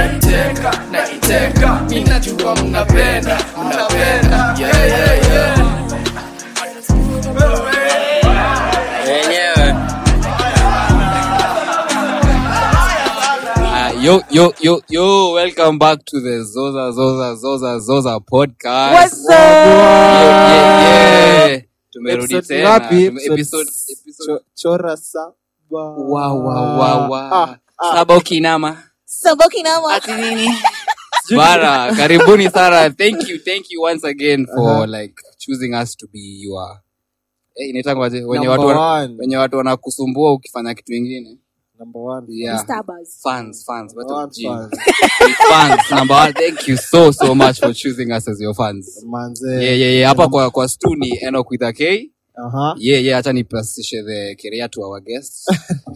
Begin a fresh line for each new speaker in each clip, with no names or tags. naitenga naitenga, mimi najua mnapenda mnapenda, yeah, yeah, yeah.
yenyewe Ah, yo yo yo yo welcome back to the zoza zoza zoza zoza podcast
What's
Yeah,
up?
yeah, yeah. tumerudi
Episode
tena
ngapi?
Tume-
Episode-
episode- episode-
cho- Chora saba.
Wa, wa, wa, wa.
Ah, ah.
saba ukinama
Saboki Namo.
bara karibuni sana thank you thank you once again for
Uh-huh.
like choosing us to be your eh, inaitangwaje wenye
Number
watu wana-
one.
wenye watu wanakusumbua ukifanya kitu ingine
Number one.
yeah
Starbucks.
fans, fans, what
Number
a
one
G.
fans.
fans number one, thank you so so much for choosing us as your fans.
Manze.
Yeah, yeah, yeah. Hapa kwa kwa stu ni Enoch with a K.
Aha.
Yeah, yeah, acha nipasishe the career to our guest.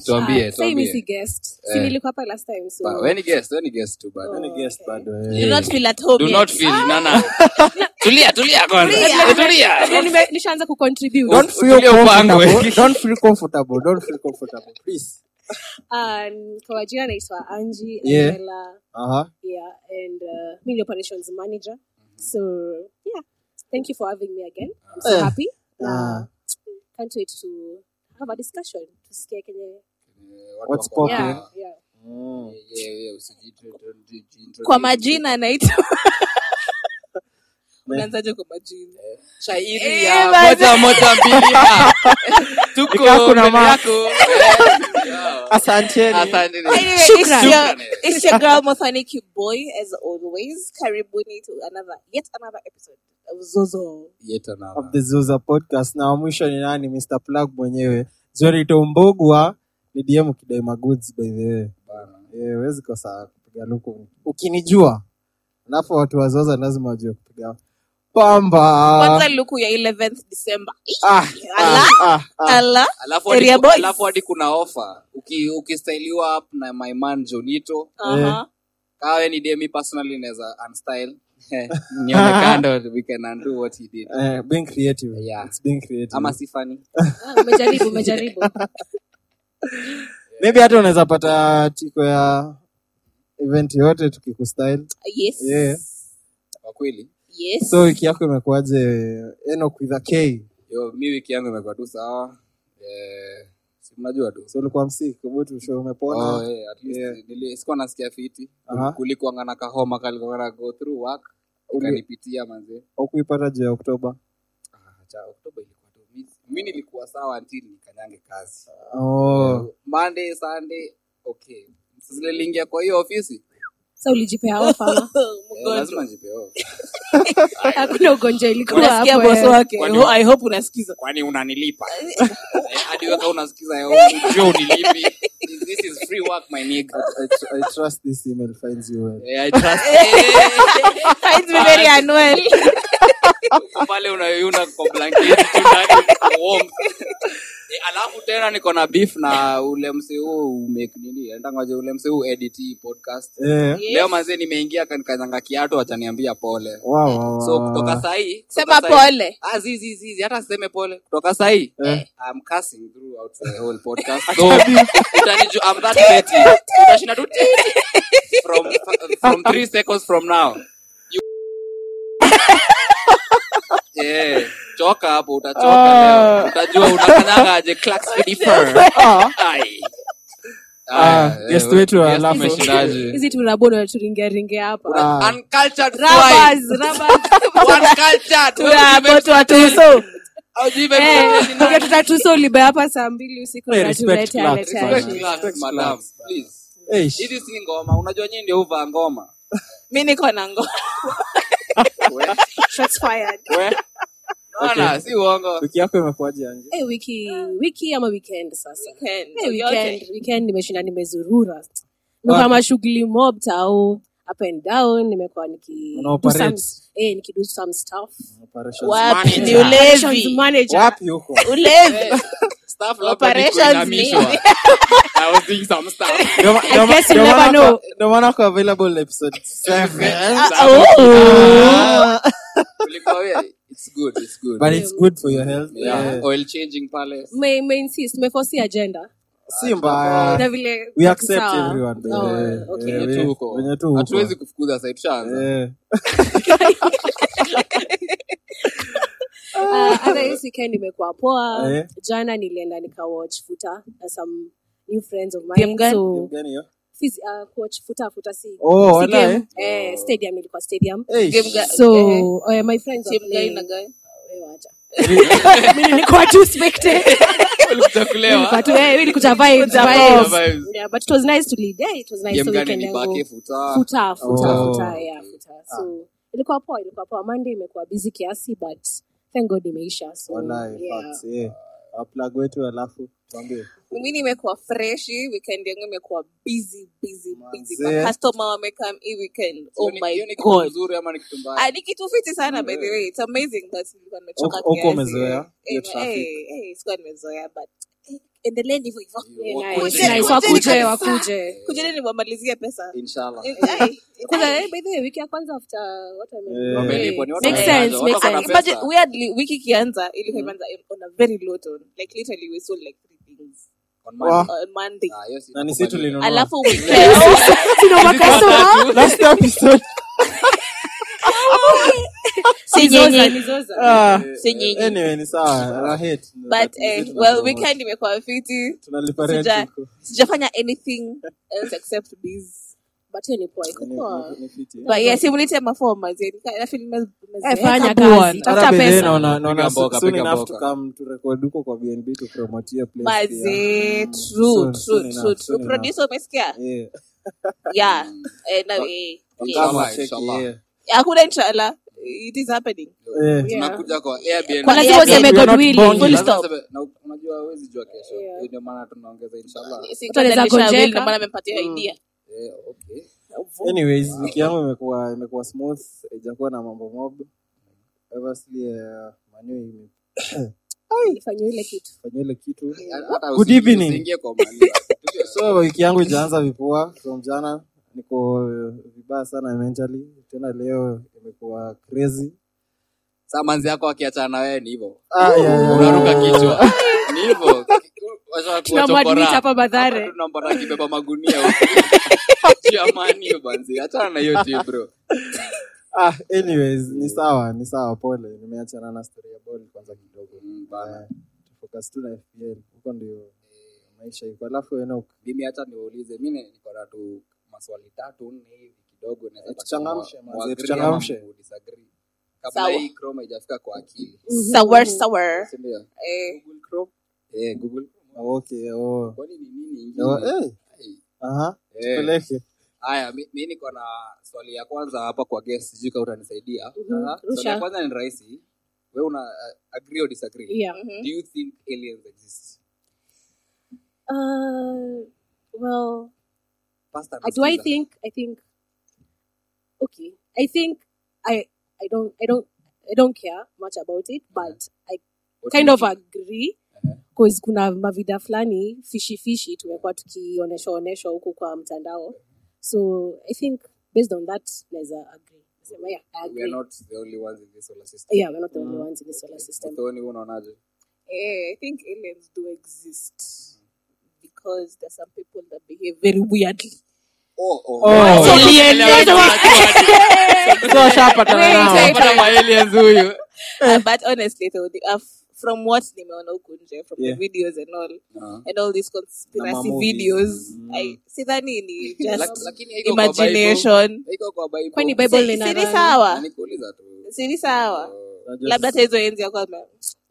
Tuambie,
Ah, sasa mimi si
tuambie.
guest. Si
Eh.
nilikuwa hapa last time so.
Ba- Wewe ni guest, wewe ni guest tu bado.
Any guest bado, eh?
Do not feel at home.
Do
yet.
not feel no no. Tulia, tulia kwanza.
Tulia.
Tulia.
Na nime- nishaanza kucontribute.
Don't feel
Utulie upangwe.
comfortable. Don't feel comfortable. Don't feel comfortable. Please.
Um, kwa jina naitwa Angie
Yeah.
Angela.
Aha.
Yeah, and uh, mimi ni operations manager. So, yeah. Thank you for having me again. I'm so
Eh.
happy.
Ah.
Can't wait to have a discussion. Tusikie kenye.
What's popping?
Yeah, yeah.
Mm.
Yeah, yeah, usiji-
Kwa majina naitwa.
Me-
Unaanzaje kwa majina?
shairi
Eh,
ya
basi.
moja moja mbili ba. tuko
Nikaa kuna
mbele
ma-
yako
Asanteni.
asante
Anyway,
Shukran.
it's your, it's your girl Mothaniki Boy as always. Karibuni to another yet another episode of Zozo.
Yet another.
Of the Zuza podcast. Na wa mwisho ni nani? Mr. Plug mwenyewe. Zorito Mbogwa ni DM kidai magoods by the way.
Bana.
Eh, huwezi kosa kupiga luku ukinijua alafu watu wazoza lazima wajue kupiga pamba
Kwanza luku ya 11th December.
Ah,
Ala?
ah, ah, ah.
Ala.
Alafu hadi
Area
ku-
boys.
alafu hadi kuna ofa Uki- ukistyliwa up na my man jonito
Uh-huh.
kawe ni demi personally naweza unstyle nione kando we can undo what he did
Eh, being creative.
Yeah.
It's being creative.
ama si funny
Ah, umejaribu, umejaribu.
maybe hata unaweza pata tiko ya event yote tukikustyle
Yes.
Yeah.
kwa kweli
Yes.
so wiki yako imekuwaje eno with a k
yo mi wiki yangu imekuwa tu sawa eh si mnajua tu
so ulikuwa msiki kubutu sho umepona
Oh, eh, at least
Yeah.
nili- sikuwa nasikia fiti
Aha.
kulikuanga na kahoma kalikuanga na go through work
Uli-
ikanipitia manze
aukuipata juu ya oktoba
Ah, cha oktoba ilikuwa tu mi- mi nilikuwa sawa until nikanyange kazi
oh.
monday sunday okay Sasa zile niliingia kwa hiyo ofisi
Sasa ulijipea ofa. ama?
eh, lazima njipeo
Hakuna ugonjwa ilikuwa
unasikia
hapo,
boss
eh.
wake
Kwani-
Ho- i hope unasikiza
kwani unanilipa Eh, hadi weka unasikiza yo unilipi this is free work my nigga
I, tr- I trust this email finds you well.
Eh, I trust eh,
Finds me very unwell.
pale unayoyuna kwa blanketi tu ndani kwa warmth. Eh, alafu tena niko na beef na ule msee huu make nini ndangoje ule msee huu edit hii podcast
Eh,
leo manzee nimeingia kanikazanga kiatu achaniambia pole
wow, wow, wow,
so
wow.
kutoka sahii
Ah. Sema pole.
Ah, zi, zi, zi, zi, hata siseme pole kutoka sahii
Eh.
I'm cursing throughout the whole podcast. So, utaniju- I'm that petty. Utashinda tu titi. From- from three seconds from now. You- Yeah, choka hapo utachoka
Ah.
leo. utajua unakanyagaje Clarksville fur.
Ah,
Ai.
Ah,
Aya,
guest
eh,
wetu wa
guest
Lafu.
umeshindaje?
Hizi tunabona tunaturingaringia hapa.
Ah.
Uncultured fly.
Rubbers, rubbers.
Uncultured.
Tunapotwa
eh.
tuso.
Ujibe-
Eh.
Hey, tutatuso ulibe hapa saa mbili usiku
Hey,
na
respect
tunaletea
Clark.
letea
Relax,
Respect
shit.
relax, madam, please.
eh, sh-
Hizi si ngoma, unajua nyinyi ndio uva ngoma.
mi niko na ngo
We-
Shots fired.
we. Naona, si uongo.
wiki yako imekuwaje Angie?
Eh, wiki wiki ama weekend sasa
Weekend,
Eh, weekend,
yote.
weekend nimeshinda nimezurura nikuwa mashughuli mob tao up and down nimekuwa niki-
Una
do
operate.
some- eh, nikidu some stuff
Operations
wapi ni
Manager.
Operations
ulevi
manager.
wapi huko
ulevi
Eh.
Staff labda ni
Operations ni-
kuinamishwa. I was doing some stuff.
Ndio ma- ndio ma-
guess you
ndio
never
maana
know.
kwa- ndio maana kwa available Eh. na episode seven.
Uh, oh.
Oh. Uh-huh.
Ah. Ulikuwa wewe? It's good, it's good.
but it's good for your health
Yeah,
Eh,
oil changing pale.
Me- me insist, me force the agenda
si mbaya
na vile
we accept
sawa.
everyone by the
Oh,
way.
okay.
Eh,
Venye
we-
tu uko.
venye tu uko.
hatuwezi kufukuza side tushaanza
Eh,
Ah.
Uh, hata hii weekend imekuwa poa
Eh.
jana nilienda nikawatch futa na some new friends of
Game
mine
gani?
so
gani hiyo?
fisi- uh, kuwatch futa futa si
Oh,
si
wala,
game.
eh?
Eh, stadium ilikuwa stadium
Eish.
Game ga-
so
eh,
oh, yeah, my friends were
team guy
playing.
na guy.
Eh, wacha. Mimi nilikuwa tu spectator. Nilikuwa
Ulikuchakulewa.
tu, eh, ili kuja vibes,
Kuchakulewa
vibes.
vibes.
Yeah, but it was nice to lead. Yeah, it was Oh,
Game
nice. So uh,
gani
weekend
ni
yangu-
bake futa
futa futa
Oh.
futa yeah, futa so ilikuwa poa ilikuwa poa monday imekuwa busy kiasi but thank god imeisha so
Wala, eh,
yeah.
facts, eh. Waplug wetu alafu tuambie
mimi nimekuwa freshi weekend yangu imekuwa busy busy busy
Manzee.
makastoma wamekam hii weekend oh
Hiyo ni- hiyo
my
ni kitu
god
mzuri ama ni kitu mbaya
Ah, ni kitu fiti sana by the way it's amazing that nilikuwa nimechoka
Huko- huko
kiasi.
umezoea hiyo
Eh,
traffic.
eh, eh, sikuwa nimezoea but eh, endeleeni hivyo hivyo
Yeah,
Wakuje,
nice,
wakuje,
nice. wakuje
Oh, wakuje.
wakuje
kujeni niwamalizie pesa
Inshallah.
Eh, ai,
kwanza eh, by the way wiki ya kwanza after what I mean,
Eh.
Wamelipwa, ni watu
Makes
wameanza,
sense,
watu
makes
wana
sense.
pesa.
Imagine, weirdly wiki ikianza ilikuwa imeanza on a very low tone like literally we sold like three things
On Monday.
Wah,
on monday
Ah, hiyo si-
na ni si tulinunua
alafu weekend
Sina makasoma.
Last episode.
sinyenye
Ah,
sinyenye
anyway, ni sawa. I hate.
but
Ni
eh,
si
well
tunapromote.
weekend imekuwa fiti
Tunaliparate
sija-
huko.
sijafanya anything else except this
but hiyo ni poa iko
Ni-
poa
ni- ni fiti, eh.
but yeah simulite mafoma zeni
fanya kazi
Hata
tafuta
by then
pesa
naona- naona
Piga mboga,
soon
piga
enough
mboga.
tukam- turekodi huko kwa BNB tupromote hiyo place pia.
mazee
Soon,
true
soon
true true
enough, soon
true
enough. Mm.
producer umesikia
Yeah.
yeah eh, na eh, yes.
Kama
Inshallah,
cheki,
inshallah.
yeah.
hakuna inshallah it is happening
Yeah.
tunakuja kwa Airbnb.
Kwa lazima
Yeah,
useme
we are
god
not
willing
bonding.
full
Lazima
stop
useme- na unajua hawezi jua kesho
Yeah.
Hiyo ndio maana tunaongeza inshallah
Si
Watu wanaweza
kama
gonjeka.
Will, ndio maana amempatia
Mm.
idea
Eh, okay.
anyways wiki yangu imekuwa imekuwa smooth ijakuwa na mambo mob obviously uh, manu
ifanye ile kitu
imefanya ile kitu
Hata
Good
usi-
evening.
usiingie kwa mali.
so wiki yangu ijaanza vipua from jana niko uh, vibaya sana mentally tena leo imekuwa crazy
Saa manzi yako akiachana na wewe ni hivyo
ah, yeah, yeah,
unaruka
yeah, yeah.
kichwa ni hivyo Wacha watu
tunamwadmit
wachokora.
hapa
Hapa
badhare
tu tunampata akibeba magunia huko. Jamani, hiyo manzi, achana na hiyo tu bro
ah, anyways ni sawa ni sawa pole nimeachana na story ya ball kwanza kidogo
Mm, bana.
Eh, focus tu na fpl huko ndio eh, maisha iko alafu eno
mimi hata niwaulize mi ni- niko na tu maswali tatu nne hivi kidogo naweza taka
Tuchangamshe,
mwa-
manze,
muagree
tuchangamshe.
ama mudisagree. kabla
Sawa.
hii chrome haijafika kwa akili
sour sour
Si ndio?
eh,
Google Chrome? Eh, Google Chrome.
oh, okay oh.
Kwani ni nini ingine?
Oh, eh,
Ai,
aha,
eh.
peleke
haya mi mi niko na swali ya kwanza hapa kwa guest sijui kama utanisaidia Aha. swali
Mhm, Rusha.
ya kwanza ni rahisi we una uh, agree or disagree
yeah
do you think aliens exist
uh, well
First time
Uh, do I
nasikiza.
think? I think. Okay, I think I I don't I don't I don't care much about it, but I
What do
kind
you
of
think?
agree
Uh-huh.
because kuna mavida fulani fishy fishy tumekuwa tukionyeshwa onyeshwa huku kwa mtandao, so I think based on that naweza agree. Nasema, yeah,
we
I
are
agree.
not the only ones in this solar system
Yeah, we're not the only
Mm.
ones in the solar system.
Mtoni, wewe unaonaje
eh, i think aliens do exist because there's some people that behave very weirdly
oh, oh.
Oh.
So,
Alien.
elewa-
so shapatana
Wait,
nao
wait.
Unapata ma-aliens huyu
uh, but honestly though the, uh, f- from what nimeona huku nje from
Yeah.
the videos and all
Ah.
and all these
Na
conspiracy
mamovies.
videos i sidhani ni
Lak-
just
lakini haiko kwa
imagination
Bible. Haiko kwa Bible.
Kwani Bible
Si-
ina
si ni
nani?
Na
sawa
nikuuliza tu
si ni sawa
Oh.
labda hata hizo enzi ya kwanza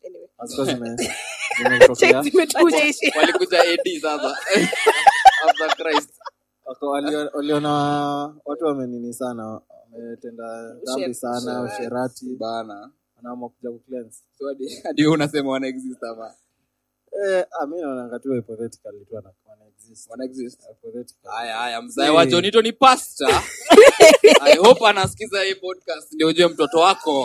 anyway
Of course zime- zimetokea.
Wacha ishi.
walikuja AD sasa after Christ
Wako- walio- waliona watu wamenini sana wametenda dhambi sana usherati
bana
wanaamua kuja kucleanse.
So hadi- hadi wewe unasema wana exist ama
Eh, ah, mi naonanga tu hypothetically tu wana- wana exist.
wana exist
Hypothetical.
haya haya mzae
Eh.
wa Jonito ni pastor I hope anasikiza hii podcast ndio ujue mtoto wako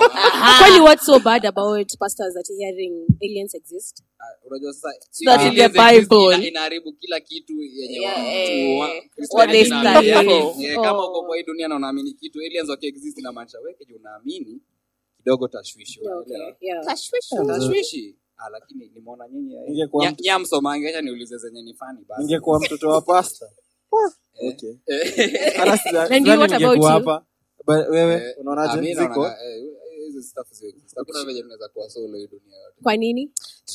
Kwani what's so bad about pastors that hearing aliens exist?
Ah, unajua sasa
that
hii
in the
aliens exist
Bible.
ina- inaharibu kila kitu yenye
Yeah,
wa-
eh,
wa-
what
Christianity
they
inaamini.
stand
Yeah,
for.
yeah, kama
Oh.
uko kwa hii dunia na unaamini kitu aliens wakiexist inamaanisha wewe kenye unaamini kidogo tashwishwa
Yeah, okay. Yeah.
tashwishi Ah, lakini nimeona nyinyi eh.
Ningekuwa
Nya-
mtu-
nya msomange acha niulize zenye ni funny basi.
ningekuwa mtoto wa pasta okay. Hata sija-
And you,
sidhani
what about
ningekuwa
you?
hapa. Ba- wewe
Eh, ah,
unaonaje
mi
ziko
naona, eh, hizo stuff ziko- hakuna venye tunaweza kuwa solo hii dunia yote.
kwa nini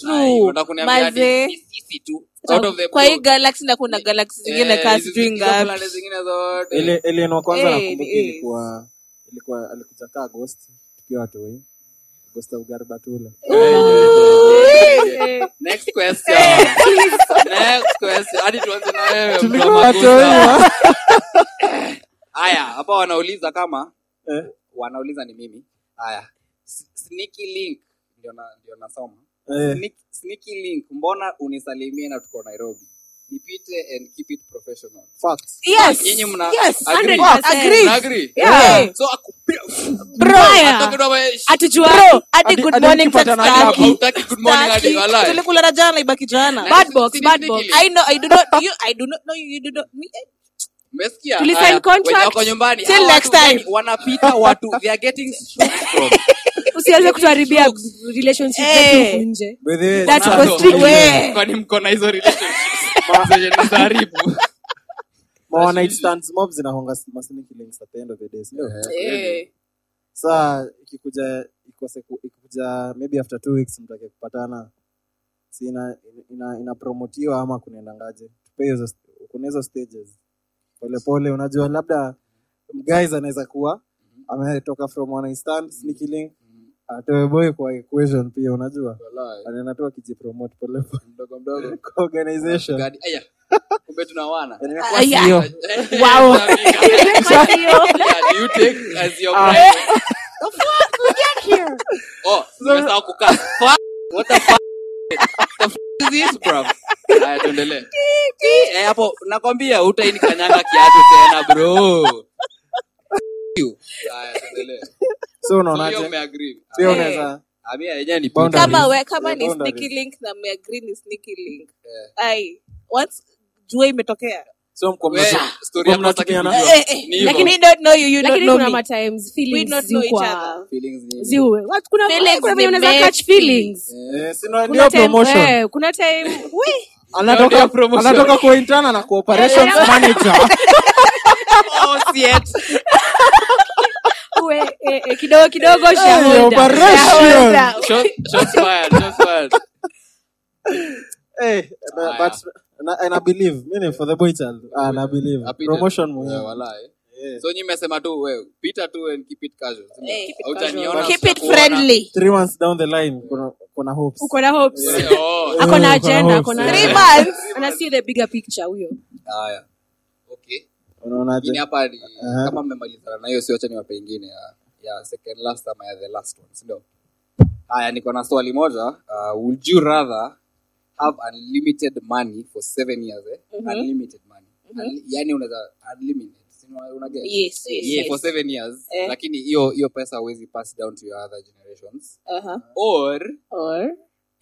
Ai, unataka kuniambia hadi
Mazee.
ni sisi tu, out of the
kwa
blue.
hii galaxy na kuna galaxy zingine
Eh,
kaa
hizi-
sijui
hizo
ngapi
planet zingine zote.
Ele- Ellen wa kwanza
Eh,
nakumbuka
it is.
ilikuwa ilikuwa alikuja kaa Agosti tukiwa watu wengi Agosti au Garbatula
Next question. Next question. Hadi tuanze na wewe, mtu wa
tulikuwa watu
magusa.
wengi
haya hapa wanauliza kama
Eh.
wanauliza ni mimi haya S- sneaky link ndio na- ndio nasoma
eh
Sneak- sneaky link mbona unisalimie na tuko nairobi nipite and keep it professional
facts
Yes.
Nyinyi mna-
Yes,
agree?
100%.
Agree? Mna agree?
Yeah.
Yeah. So aku-
Mbaya.
Hataki kuwa we-
Bro, hadi
Hadi-
good
hadi
morning
mkipatana
tataki.
hapo,
Tataki.
hautaki good morning hadi, walai.
tulikula na jana ibaki jana
Bad box,
Si- si-
bad
si-
box.
si-
i know i do not you i do not know you, you do not me
Umesikia?
Tuli
Haya,
sign contract.
wenye wako nyumbani
Till
hawa
next
watu
time.
wanapita watu they are getting shoot from.
usiweze kutuharibia relationship
Eh.
zetu huku nje
by the way
That's
Nazo.
what we-
we.
Kwani mko na hizo relationships zenye naziharibu?
ma one night stands mob zinahonga masniki links at the end of the day sio
Eh.
saa ikikuja ikose ku- ikikuja maybe after two weeks mtake kupatana si ina, ina, inapromotiwa ama kunaendangaje tupe hizo st- kuna hizo stages polepole unajua labda guys anaweza kuwa ametoka from one stand sneaky link atoe boy kwa equation pia unajua
Mm, Walai.
anaenda tu akijipromote polepole
mdogo mdogo
kwa organization
Gadi- aya kumbe tunawana
Yani
Ah,
imekuwa
yeah.
CEO.
wow you take as your bride oh nimesahau kukaa Fuck. what the fuck the fuck is this bro haya tuendelee eh hapo nakwambia utainikanyanga kiatu tena bro You. haya tuendelee
so
So, hiyo
unaonaje
umeagree
pia unaweza
Eh, ami yenyewe ni
Boundary.
ah, kama we kama
Yeah,
ni
boundaries.
sneaky link na meagree ni sneaky link ai once jua imetokea
so mko
We,
mna-
Eh, story yako
mnatumiana-
sitaki
Eh,
kujua.
Eh, eh,
Ni hivyo.
lakini I don't know you you don't
lakini
know
kuna
me
matimes
we
feelings
not know each
ziukwa
other
Feelings nyingi.
ziwe Watu- kuna
Feelings
kuna venye unaweza
zimechi.
catch feelings
eh, si ndio-
kuna
ndio
time
promotion
eh, kuna time we
Ndio
anatoka
promotion.
anatoka kwa intern na kwa operations manager
Oh, si eti.
we eh, eh, kidogo kidogo
Eh,
shareholder
operation.
Shot- shots fired, shots fired.
Eh, but-
Haya.
but- na- and I believe mimi for the boy child ah, na believe
Happy day.
promotion
Yeah,
muhimu
walai.
Eh,
so nyi mmesema tu we pita tu and keep it casual Sema,
Eh, keep it
hautaniona,
casual.
keep it
sitakuona.
friendly
three months down the line kuna kuna hopes
uko na hopes
Eh, oh,
Yeah.
ako na
Eh,
agenda ako
kuna
na
hopes.
three
Yeah.
months
ana see the bigger picture huyo
haya okay Mimi
unaonaje
hapa ni-
Aha.
kama mmemalizana na hiyo siwacha niwape ingine ya, ya second last ama ya the last one sindio haya niko na swali moja uh, would you rather have unlimited money for seven years eh?
Mm-hmm.
unlimited money Unli- yani unaweza unlimited si una- una get?
yes yes,
yeah, for
yes.
seven years
Eh.
lakini hiyo hiyo pesa huwezi pass down to your other generations
Uh-huh.
or
or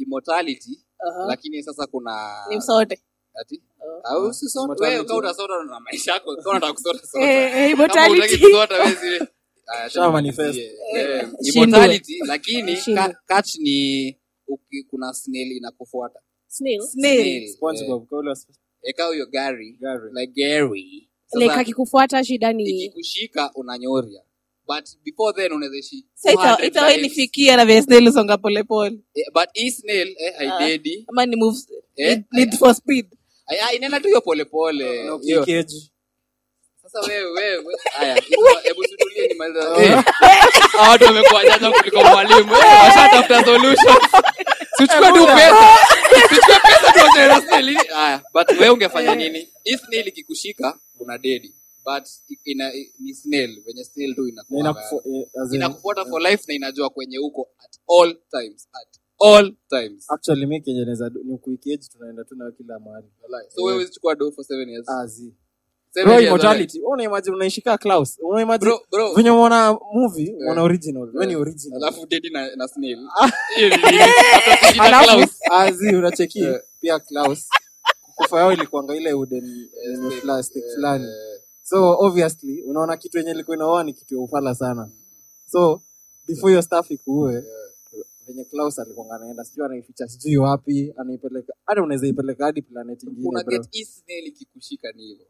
immortality
uh-huh.
lakini sasa kuna
ni msote
ati au si sota wewe kama utasota na maisha yako kama unataka kusota sota
eh, eh,
kama unataka
immortality
kusota wewe si Aya,
Sha
acha
manifest.
nimalizie. Eh,
Shindwe.
immortality lakini
Shindwe.
ka- catch ni uki- kuna snail inakufuata
snail
Snail, eh,
SpongeBob kauli
eka hiyo gari
Gari.
like Gary Sasa,
like akikufuata shida ni
ikikushika unanyoria but before then unaweza ishi
Sa ita-
200
itawai
times.
nifikia na vesnel usonga polepole
Eh, but hii snail eh, haidedi
ama ni move
Eh,
need- need for speed
Ay- ay, inaenda tu hiyo polepole Hiyo-
cage
Sasa wewe wewe haya hebu- hebu tutulie ni maliza. Eh, hawa watu wamekuwa janja kuliko mwalimu. Eh, washatafuta solution. Sichukue tu pesa. Sichukue pesa tu wache na snail. Haya, but wewe ungefanya nini? Hii snail ikikushika una dedi. But ina ni snail venye snail tu
na
inakuwa.
inakufu- eh, as in-
Inakufuata for life na inajua kwenye uko at all times. At all times.
actually mimi kenye naweza du- ni kui cage tunaenda tu na kila mahali
So wewe usichukua do for 7 years.
azi
Seven
bro
years, alright.
immortality una imagine unaishika Klaus una imagine
Bro, bro.
venye unaona movie unaona original wewe ni original
alafu dedi na, na snail
Ah.
Hiyo ni- Hata ukijita
alafu
Klaus.
azi unacheki
Eh.
pia Klaus kufa yao ilikuanga ile wooden yenye plastic fulani so obviously unaona kitu yenye ilikuwa inaoa ni kitu ya ufala sana so before your staff ikuue venye klaus alikuanga anaenda sijui anaificha sijui wapi anaipeleka hata unaweza ipeleka hadi planet ingine
una
bro.
get hii snail ikikushika ni hivyo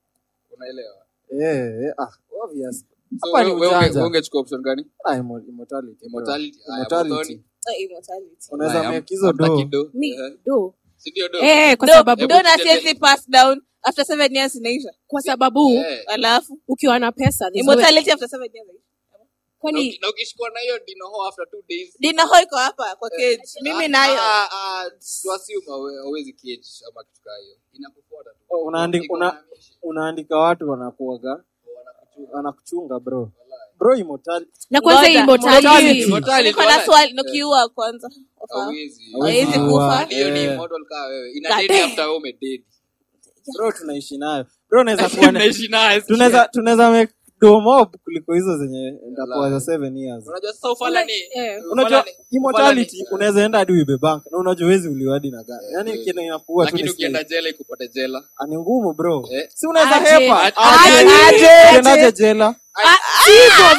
unaelewa
Eh, eh, ah, obvious.
so
Hapa ni
wewe wewe unge-
ujanja.
wewe ungechukua option gani
Ah, immo- immortality, bro.
Immortality. Ah,
Immortality.
immortality.
Uh, immortality.
unaweza
Haya,
make hizo
hamtaki
do
do.
mi
Eh,
do
si ndio do
eh, kwa
Don't-
sababu
Hebu
don't
tucheze.
accidentally pass down after seven years inaisha
kwa sababu
Eh,
alafu
ukiwa na pesa there's no-
immortality after seven years inaisha
na
kwani
uki- na ukishikwa na hiyo dinoho after two days
dinaho iko hapa kwa cage mimi
ah,
nayo
ah, ah, tuassume hawe- hawezi cage ama kitu kaa hiyo inakufuata tu
Oh, unaandi-
Iko
una-
unahamisha,
unaandika watu wanakuaga
wanakuchunga.
wanakuchunga bro bro immortality
na kwanza
Ngoja,
immortality
Immortality,
niko na
wala-
swali nikiua kwanza Ofaa.
Hawezi.
Hawezi
Hawezi kufa.
kufa.
Hiyo ni
Eh.
immortal kaa wewe. Ina
God
date
damn.
after wewe umedate.
bro tunaishi nayo bro unaweza kuwa na-
Unaishi naye.
tunaweza tunaweza make do mob kuliko hizo zenye ndakuwa
Wallahi.
za seven years
Unajua sasa ufala
ah.
ni
Eh.
unajua
ufala ni-
immortality
ufala ni-
unaweza enda hadi uibe bank na unajua wezi uliwadi na gari yani
Eh.
kina inakuwa tu
lakini
ni
ukienda
slave.
jela ikupate jela.
Ah, ni ngumu bro
Eh.
si unaweza
Aje.
hepa
Aje.
Aje.
Aje.
Ukiendaje jela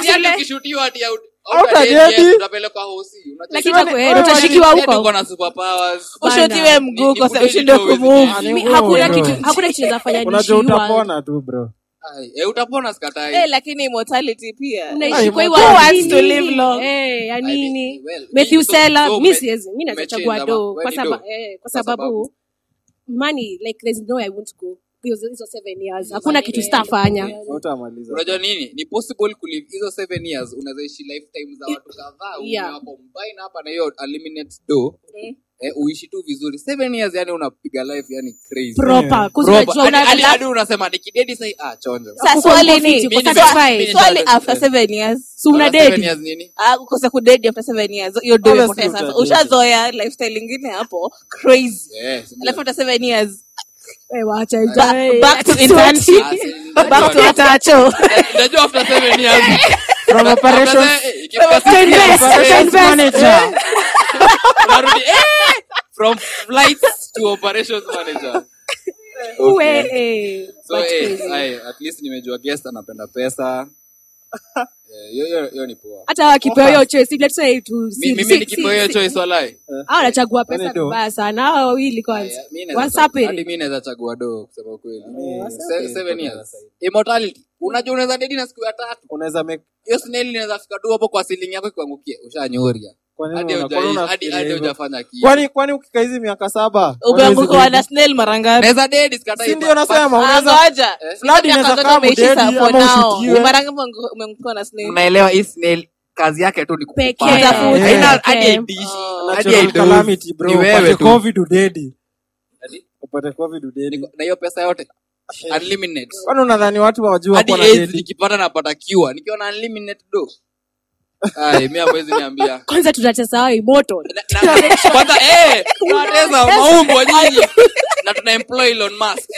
Yaani ukishutiwa hadi out-
Out
out at
at
ADF,
ADF.
yaani utapelekwa hosi. Unacheza-
lakini
Wewe-
utakuwa-
wewe-
utashikiwa
Yaani
huko
uko na superpowers.
Bana.
ushutiwe mguu
Ni-
kwa
nikupe
sababu ushindwe
kitu
kumove
hawezi
Ni
Mi-
ngumu,
hakuna
bro.
kitu hakuna kitu nazafanya
unajua
nishiwa
utapona tu bro
Ai, eh, utapona sikatai.
eh, lakini immortality pia
Ai,
unaishikwa
Who
wants to live long?
ya
Ai,
Eh, nini
well,
Matthew
so-
Sela
so
mi
ume-
siwezi mi
umechange
nachagua
ama-
do
wewe
kwa
ni
saba-
do?
eh,
Kwa
kwa
sababu?
sababu money like there's no I won't go hizo hizo seven years hakuna kitu sitafanya
utamaliza
unajua nini ni possible kulive hizo seven years unaweza ishi lifetime za watu kadhaa
Yeah.
yeah. combine hapa na hiyo eliminate do
Mm.
eh, uishi tu vizuri seven years yani unapiga life yani crazy
proper
Yeah.
Kuzi
Proper.
unajua
Hadi- hadi-
una-
hadi unasema nikidedi sai ah chonjo
Sa-
Kukuwa
swali
mtafiti,
ni-
kwa
swa- swali
satisfied.
swali after seven years
si una
After seven
date.
years nini
Ah, kukosa kudedi after seven years hiyo ndio
Obviously
imepotea sasa
utadedi.
ushazoea lifestyle ingine hapo crazy
yes ndio.
alafu after seven years
Eh, wacha enjoy.
ba- back to
Ati-
internship
Ah, si-
back to
unajua-
utacho
unajua after seven years
from
after
operations
se- ikifika six years,
operations manager
unarudi eh, from flights to operations manager
Uwe, eh,
so
but
eh,
crazy.
ai, at least nimejua guest anapenda pesa Eh, hiyo- hiyo hiyo ni poa
hata wakipewa hiyo choice let's say tu si-
Mi- mimi
si-
nikipewa
si-
hiyo
si-
choice walai
hao wanachagua
Wale
pesa
do.
vibaya sana hao wawili kwanza
Aya, mi naweza chagua- hadi
wasapere
mi naweza chagua do kusema ukweli
Oh,
Eh,
Se-
wasapere.
seven years. Immortality. unajua unaweza dedi na siku ya tatu
unaweza make
hiyo snail inaweza fika tu hapo kwa silingi yako ikuangukie ushanyoria
kwa nini
hadi
Eh, una- kwa nini
hujaishi, hadi-
unafikiria
hadi
hivyo?
hujafanya kitu
kwani kwani ukikaa hizi miaka saba
umeanguka
unaweza-
wana snail mara ngapi
naweza dedi sikatai,
si ndio
but-
nasema
Ah,
unaweza
ngoja
Eh?
Flood inaweza
Miaka
kaa
zote umeishi
kudedi
saa four
ama
now.
ushukiwe.
Mara ngapi umeangu- umeanguka na snail?
unaelewa hii snail kazi yake tu ni
Pekee.
kukupanda.
Kutafuta.
Haina-
Pekee.
hadi haidishi,
Oh.
hadi
natural
haidozi.
calamity bro
Ni wewe
upate
tu.
covid udedi
Ati?
upate covid udedi
Niko- na hiyo pesa yote unlimited
kwani unadhani watu hawajua
hadi
kuwa na
AIDS
dedi
nikipata napata cure nikiwa na unlimited do ai mimi hawezi niambia
kwanza tunatesa hao imoto
Na- na- kwanza eh tunateza maumbo nyinyi na tuna employ Elon Musk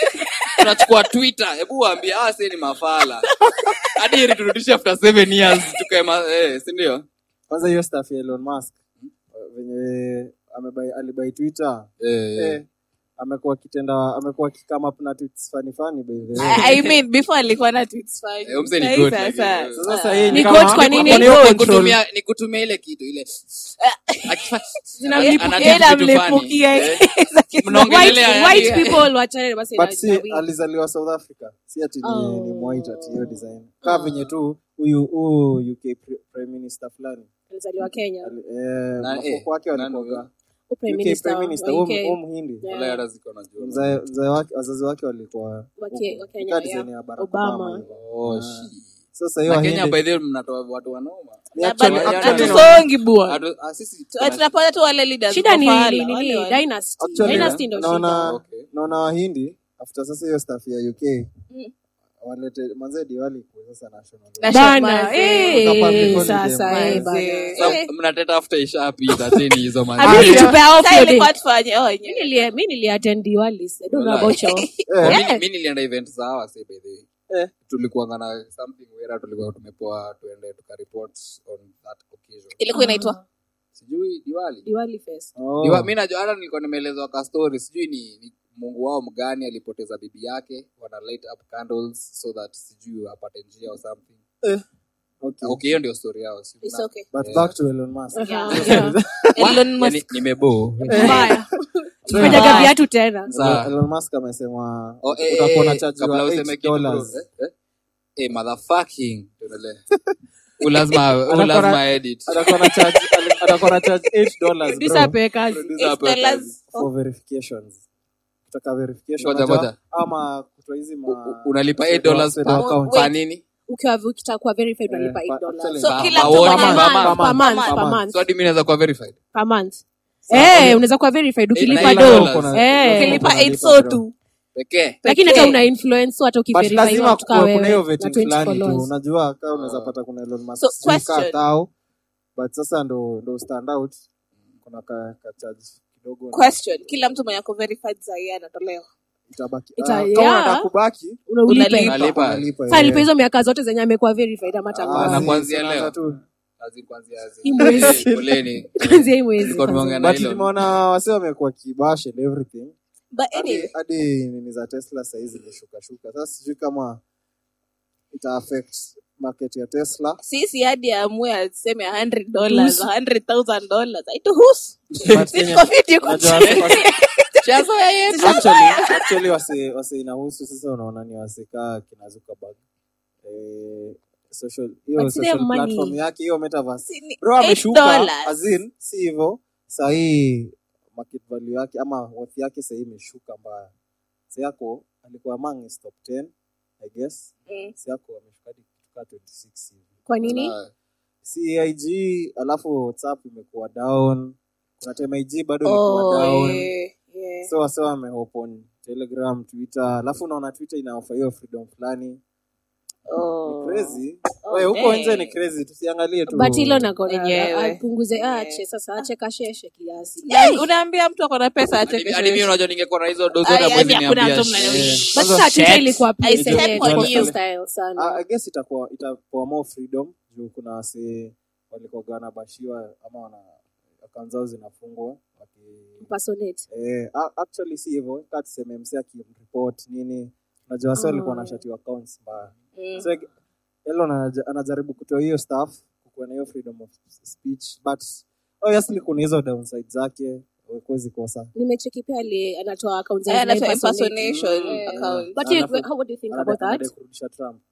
tunachukua Twitter hebu waambie ah sasa ni mafala hadi heri turudishe after 7 years tukae ma- eh si ndio
kwanza hiyo staff ya Elon Musk eh, venye amebai alibai Twitter
eh
eh, amekuwa kitenda amekuwa kikama up na tweets funny funny by the way
I- I mean, before alikuwa na tweets fine.
Eh, mse ni
Sahi
goat,
sasa.
lakini. eh.
sasa sasa hii
Ni
ni
goat
kama
kwa nini?
ni hiyo
Ni
control
kutumia ni kutumia ile kitu ile Akifa-
Zinamlipukia,
anajibu vitu funny.
inamlipukia.
Eh,
white,
mnaongelelea yani-
white people wachane basi
but
na-
si
na wigi.
alizaliwa South Africa si ati
Oh.
ni, ni white ati hiyo design kama venye tu huyu huyu UK pre- prime minister fulani
alizaliwa Kenya
Ali- eh,
Na- eh,
mafuko wake
nani
walikuwa
huyo?
Who prime
UK
minister
prime
wa-
minister
wa
huyo
UK?
huyo mhindi
Yeah.
Wallahi hata sikuwa najua.
mzae mzae wake wazazi wake walikuwa
Wake-
huko.
Wakenya,
Ikawa
yeah.
design ya Barack
Obama.
Obama hivyo.
Oh,
Ah.
shi.
sasa hiyo
Na Kenya
wahindi-
by the way mnatoa watu wanoma
ni
Na
actually-
bado-
Wajana-
actually ni-
hatusongi bua.
Hatu- ah, sisi
Tu- tunapata tu wale leaders
shida ni
kwa
ni-
wale
ni-
wale.
dynasty
Actually,
dynasty ndio
naona
shida
Okay.
naona wahindi after sasa hiyo staff ya uk
Mm.
walete manze diwali ikuwe sasa national
Na
bana
shamazi.
Utapata holiday
eh sasa eh
mwanzo.
bana
Sa-
Eh.
mnateta after ishapita teni hizo ma-
Abi,
Mimi-
situpe off
Sasa
your
ilikuwa
day.
tufanye, oh, yenyewe.
Mimi nilie- mimi niliattend Diwalis. I don't know
Walai.
about y'all.
Eh,
mimi- mimi nilienda event za hawa say by the way
Eh.
tulikuanga na something wera tulikuwa tumepoa tuende tukareport on that occasion
Ilikuwa inaitwa
sijui diwali
Diwali fest.
oh.
Diwa- mi najua hata nilikuwa nimeelezwa ka story sijui ni, ni mungu wao mgani alipoteza bibi yake wana light up candles so that sijui apate njia or something
Eh. Okay.
okay hiyo ndio story yao si
It's
mna-
okay.
But
Yeah.
back to Elon Musk.
Yeah.
Wa-
Elon
yani,
Musk.
yaani, nimeboo
mbaya
Sure.
fanyaga
Mbaya.
viatu tena
Sawa.
Elon Musk amesema
Oh, eh,
utakuwa na
eh,
charge
kabla
wa
useme
8
kitu, bro.
dollars.
Eh, eh. Eh, motherfucking. Tuendelee. Ulazima-
Atakuwa na-
ulazima edit.
Atakuwa na charge atakuwa na charge 8 dollars bro,
produsa apewe kazi
Producer hapo
It's the
kazi.
last-
for verifications. Kutaka verification
Ngoja,
unajua,
ngoja.
ama kutoa hizi ma
U- u- unalipa 8 dollars
Wait,
per-
account.
per nini?
ukiwa ukitakuwa verified
Eh,
unalipa
pa-
8 dollars
actually,
So
Ba-
kila
ba-
mtu
wote,
ana
ba-
man.
ba-
per month per
month.
month
So hadi mimi naweza kuwa verified
per month eh unaweza kuwa verified ukilipa
nine
do
dollars.
Eh.
Ukilipa
Unalipa
8 so
bro.
tu.
pekee
lakini hata una influence so hata
but
ukiverify
lazima
watu kama
kuwe kuna
wewe
hiyo
na
vetting
20
fulani tu
followers
unajua kama
Ah.
unaweza pata kuna Elon Musk
So,
sijui kaa
question.
tao but sasa ndo ndo stand out kuna ka, ka charge kidogo na
Question. Kila mtu mwenye ako verified saa hii anatolewa.
itabaki
Ita-
Ah,
yeah.
kama unataka kubaki
Una- ulipe
Unalipa.
Unalipa.
unalipa,
Sasa alipe
yeah.
hizo miaka zote zenye amekuwa verified ama
Ah,
tangu
na
mwanzo.
si-
kuanzia
si unaanza
leo.
tu.
Kazi kwanzia aje.
Hii mwezi.
Eh, poleni.
kuanzia hii mwezi
Nilikuwa nimeongea na
but
Elon.
nimeona wase wamekuwa kibash and everything
But
Yaani?
Hadi-
anyway,
hadi nini za tesla sahii zimeshukashuka sasa sijui kama ita affect market ya tesla
sisi hadi aamue aseme 100 dollars, 100,000 dollars. Haituhusu.
But
Sisi
Kenya-
kwa video iko
unajua
chini.
wase- wase-
Shazoea yetu.
actually- actually wase- wase inahusu sasa unaona ni wasekaa kinazuka bag eh, social hiyo
But see their
social
money.
platform yake hiyo metaverse
Si ni
bro
eight
ameshuka
dollars.
azin si hivyo sahii market value yake ama worth yake sahii imeshuka mbaya siako alikuwa among his top 10 i guess
Mm.
siako ameshuka hadi kutoka 26 hivi
kwa nini
Ah,
cig alafu whatsapp imekuwa down kuna time ig bado
Oh,
imekuwa down
eh, yeah.
so wase wamehop on telegram twitter alafu unaona twitter inaofa hiyo freedom fulani
Oh.
ni crazy
Oh,
we huko
dang.
nje ni crazy tusiangalie tu
but ilo nakona
Yenyewe.
apunguze
Yenyewe.
ache sasa ache kasheshe kiasi
Yaani, unaambia mtu ako na pesa
hadi- hadi mimi
achekeshe
unajua ningekuwa na hizo dozo
Ah,
hata
yaani
mwezi Eh,
hakuna
niambia
mtu mnayoi-
shit.
but
Kwanza-
sasa twitter
Shit.
ilikuwa
I
place yenyewe
step on
ilikuwa
you.
freestyle sana
Ah, I guess itakuwa itakuwa more freedom juu kuna wase walikoga wanabashiwa ama wana akaunti zao zinafungwa waki
Impersonate.
Eh, a- actually si hivyo ka tuseme msi akimripot nini unajua wasi walikuwa
Ah. Mm.
wanashatiwa accounts mbaya so like, elon anaja- anajaribu kutoa hiyo staff kukuwa na hiyo freedom of speech but obviously kuna hizo downside zake wekuwezi kosa
nimecheki pia ali anatoa account za
Eh, anatoa
impersonate.
impersonation
Mm.
account.
But you-
Alafu-
how would you think
Anadai-
about that?
anadai kurudisha trump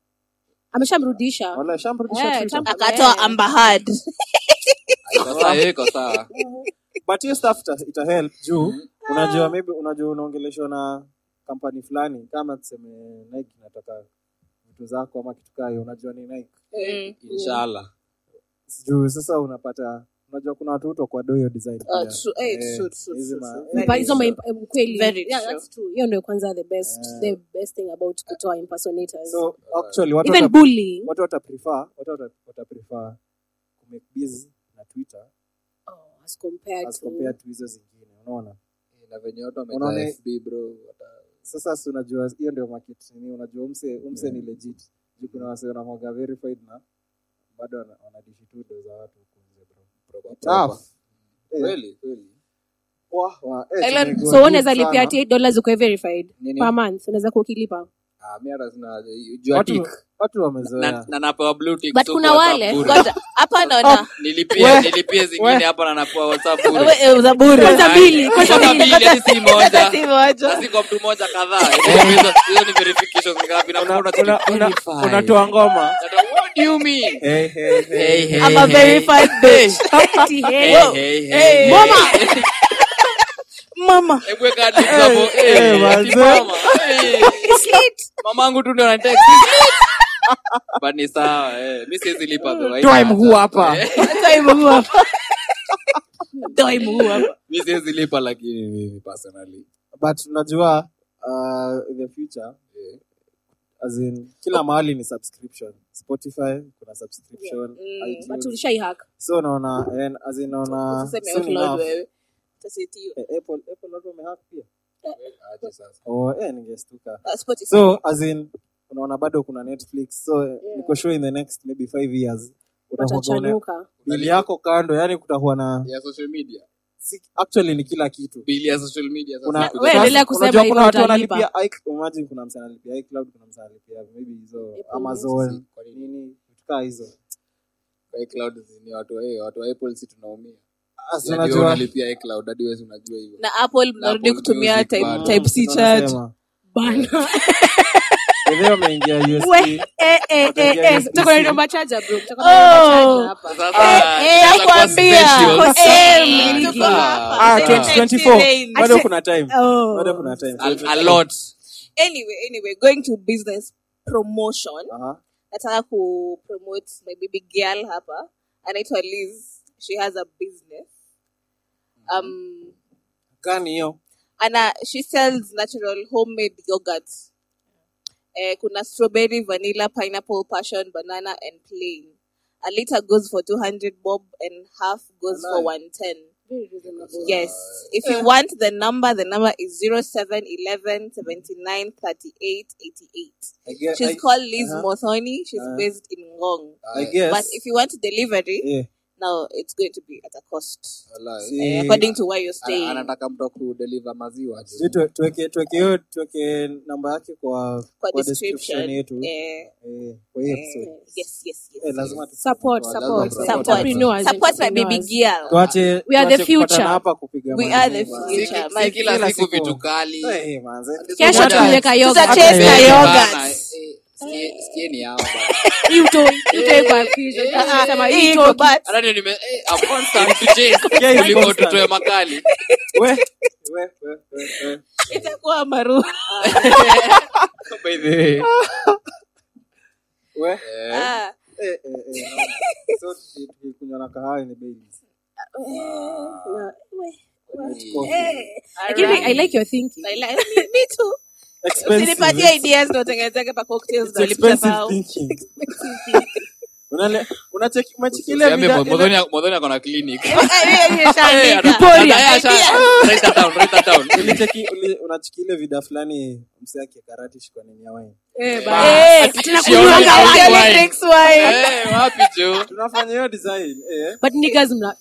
ameshamrudisha
wala shamrudisha
Eh,
Twitter.
Trump-
akatoa
Yeah.
Amber Heard.
Iko sawa, hiyo iko sawa.
but hiyo staff ita, ita help juu unajua maybe unajua unaongeleshwa na kampani fulani kama tuseme nike nataka vitu zako ama kitu kayo unajua ni nike
Mm.
Inshallah.
juu sasa unapata unajua kuna watu hutokuwa do hiyo design
Oh,
pia.
true. Eh,
Eh,
true, true,
hizi
true,
ma-
true.
eh,
Impa- hizo ma-
so-
imp- kweli.
Very
Yeah,
true.
that's true. hiyo ndio kwanza the best
Eh.
the best thing about kutoa impersonators
so actually watu
even
wata-
bullying
watu wataprefer watu wata- wataprefer kumake busy na twitter
oh, as compared
as
to
compared to hizo zingine unaona
Na venye watu wamejaa
Unaona-
FB bro, wata-
sasa si unajua hiyo ndio market nini unajua umse umse ni legit juu kuna wase wanamwaga verified na bado wana- wanadishitudo za watu huko nje bro
proper, proper.
Tough. Eh,
Kweli, kweli.
wah, wah, eh,
Elon,
tumego
so wewe
deep
unaweza lipia
sana.
ati 8 dollars ukiwa verified
Nini?
per month unaweza kuwa ukilipa
Ah, mi hata sina- jua
Watu-
tick. Ah.
watu
Na-
wamezoea
na napewa blue tick
But
tu
kuna
kwa
wale-
WhatsApp bure.
Ngoja, hapa naona
Oh,
nilipie nilipie zingine hapa na napewa WhatsApp bure.
Wewe, eh, za bure.
Kwanza mbili, kwanza
Kwanza
mbili.
mbili, hadi si moja.
Kwanza si moja.
Na ziko mtu mmoja kadhaa. Hizo- hizo ni verifications ngapi? Na mbona tu- Verify.
unatoa ngoma
Nata- what do you mean?
Hey, hey, hey.
Hey, hey,
I'm a
hey.
verified bitch.
Ati, hey,
Hey,
wow.
hey, hey, hey.
Mama.
Hebu weka hadi hapo.
hey,
Hey, ati
manze.
mama. Hey. mamangu tu ndio anataka but ni sawa eh. mi siwezi lipa bro, haina
Toa
haja.
mguu hapa.
Eh,
Toa mguu hapa. Toa mguu hapa.
mi siwezi lipa lakini mimi personally
but unajua uh, in the future
Eh.
as in kila mahali ni subscription spotify kuna subscription
Yeah. Mm,
iTunes.
but ulishaihack
so naona eh, as in naona
Usiseme
soon
out loud
enough,
wewe. Utasetiwa.
eh, Apple- Apple watu wamehack pia
Aje sasa.
oh, eh, ningestuka
Ah, Spotify.
so as in unaona bado kuna netflix so yeah. niko sure in the next maybe five years utakuwa una-
watachanuka
bili yako kando yani kutakuwa na
ya social media
si, actually ni kila kitu
bili ya social media sasa
kuna
kuja-
wewe endelea kusema
unajua
hivyo
kuna watu
utalipa.
wanalipia iC- imagine kuna msa analipia icloud kuna msa analipia maybe hizo amazon nini vitu kaa hizo
iCloud ni watu wa eh, watu wa Apple si tunaumia.
Sasa
Yaani wewe
unajua-
unalipia iCloud hadi wewe si unajua hivyo.
na apple mnarudi
Apple
kutumia
Music
type,
bado.
type C chat
Unasema,
Bana.
"Wewe umeingia USB."
We, eh, eh, eh,
Wataingia
eh,
USB.
tutakuwa na noma charger, bro. Tutakuwa na
Oh.
noma charger hapa.
Sasa
eh,
sasa kwa
nakwambia.
specials.
Kwa same.
Ah,
Tuko
ah.
hapa.
Ah,
Same
2024.
lane.
Bado kuna time.
Oh.
Bado kuna time.
A- a lot.
anyway anyway going to business promotion
Aha.
nataka kupromote my baby girl hapa anaitwa liz she has a business
Mm-hmm.
um
Gani hiyo?
ana she sells natural homemade yogurt eh, kuna strawberry vanilla pineapple passion banana and plain a liter goes for 200 bob and half goes for 110 yes if you want the number the number is 0711 79 38 88
I guess-
She's
I-
called Liz
Uh-huh.
Mothoni. She's
Uh-huh.
based in Ngong.
I guess-
But if you want delivery,
Yeah.
now it's going to be at a cost.
Wallahi.
See,
eh, according to where you're
Ana-
staying.
anataka mtu akudeliver maziwa tu.
sijui tu- tuweke- tuweke hiyo- tuweke namba yake kwa
Kwa
kwa
description.
description yetu
eh,
Eh, kwa hii episode.
eh, yes, yes, yes.
Eh, lazima
Uh,
tu-
Support,
Lazima
support,
support.
Support.
entrepreneurs,
Support my baby
entrepreneurs.
girl.
tuache
We are the
tuache kupatana
future.
hapa kupiga
uh, We
maneno.
are the
Wow.
Si-
future.
si
My
kila
kila
siku
siku.
vitu kali.
Eh, manze.
Kesho
Moja-
tumeweka yoga.
Tutacheza
Hata-
yoga.
Bana, eh, sikie- Sikieni hao bana.
Hii utoi- utoi kwa kichwa. Sema, Eh, hii
Hii
toki.
iko but
Hata ndio nime- eh, I'm constant to chase
Yeah, it's
kuliko
constant.
tutoe makali.
We, we, we, we, we.
itakuwa maru.
By the way.
We,
Eh,
Ah,
eh, eh, eh, so tuki- tukikunywa na kahawa ni Baileys.
Yeah.
White coffee.
eh,
Lakini I like your thinking.
I like- me- me too.
Expensive,
Usinipatie
eh?
ideas ndo tengenezeke pa cocktails
It's
ndo lipita
expensive
pao.
thinking. Unale- unacheki- unacheki ile
usiambie
vida-
Mo- Modhoni ako- Modhoni ako na clinic. Eh, ana-
Usinipatie
ana- ana- ana- Write that down, write that down.
Unacheki- uli- unacheki ile vida fulani msee akikaratish kwa nini ya wine.
Eh,
Ah,
bana.
ati
Tuna
she
kunyonga
only
wine.
drinks Eh, wapi Joe?
tunafanya hiyo design eh.
But niggas Eh, mna-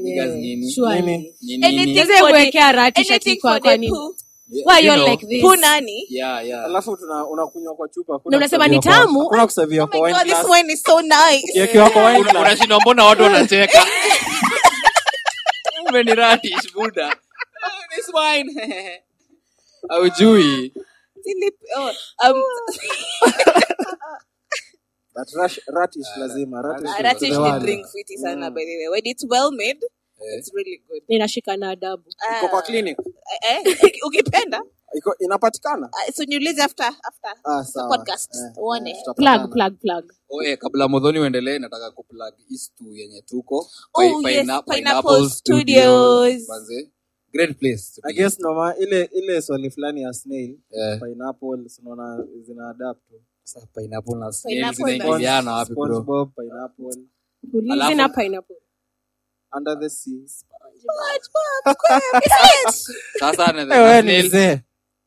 Niggas nini?
Surely.
Nini?
Nini, nini?
Anything.
Mzee
for
kuwekea ratish ati
anything
kwa-
for
kwa
the
nini?
poo.
Yeah,
Why
you
you all
know.
like this?
Poo nani?
Yeah, yeah.
alafu tuna- unakunywa kwa chupa hakuna
Na unasema ni
kusavia kwa-
tamu?
hakuna kusavia
Oh
kwa
my
wine
God, this
glass.
wine is so nice.
Ikiwa kwa wine
Una-
glass.
unashindwa mbona watu wanacheka umeniratish buda
Oh, this wine.
aujui
Dilip- oh, um,
But rash- ratish lazima, ratish
uh,
ni
ratish
wale.
ni drink fiti
Mm.
sana by the way. When it's well made, it's really good.
Ninashika na adabu.
Ah,
Eh. Iko kwa clinic
eh, uki- ukipenda
Iko- inapatikana
ah, so niulize after after
Ah, sawa.
podcast
Eh,
uone.
eh, tutapatana.
Plug, plug, plug.
Oh, eh, kabla modhoni uendelee nataka kuplug istu yenye tuko
Oh,
Pi-
yes,
Pina-
Pineapple
Pineapple
Studios.
Manze, great place to be.
I guess noma ile ile swali fulani ya snail
Eh,
pineapple sinaona zina adapt
sasa pineapple na snail
Pineapple na-
zinaingiliana wapi bro?
SpongeBob pineapple
Ulizi
Alafu-
na pineapple.
under the seas
Sasa na-
Eh,
na
wewe ni
snail-
mzee.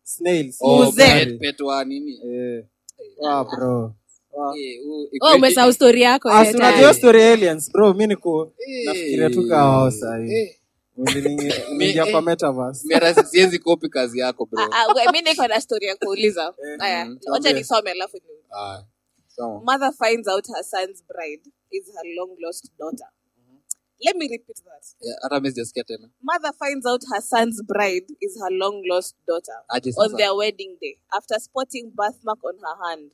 Snail,
Oh,
snail.
Mzee.
pet- pet wa nini?
Eh. Ah, bro. Ah.
Eh, huu-
Oh, umesahau story yako
Ah,
ile
si unajua
time.
story ya aliens, bro, mi niko-
Eh,
nafikiria tu kaa wao
eh,
sahi. Nilini- niliingia
eh.
kwa metaverse.
Miara, si- siwezi kopi kazi yako bro
Ah, ah, we- mi niko na story ya kuuliza Aya, wacha
Tuambie.
nisome alafu ni-
Ah, sawa.
mother finds out her son's bride is her long lost daughter let me repeat that
Eh, hata mimi sijasikia tena
Mother finds out her son's bride is her long lost daughter
Aje sasa.
on their wedding day after spotting birthmark on her hand.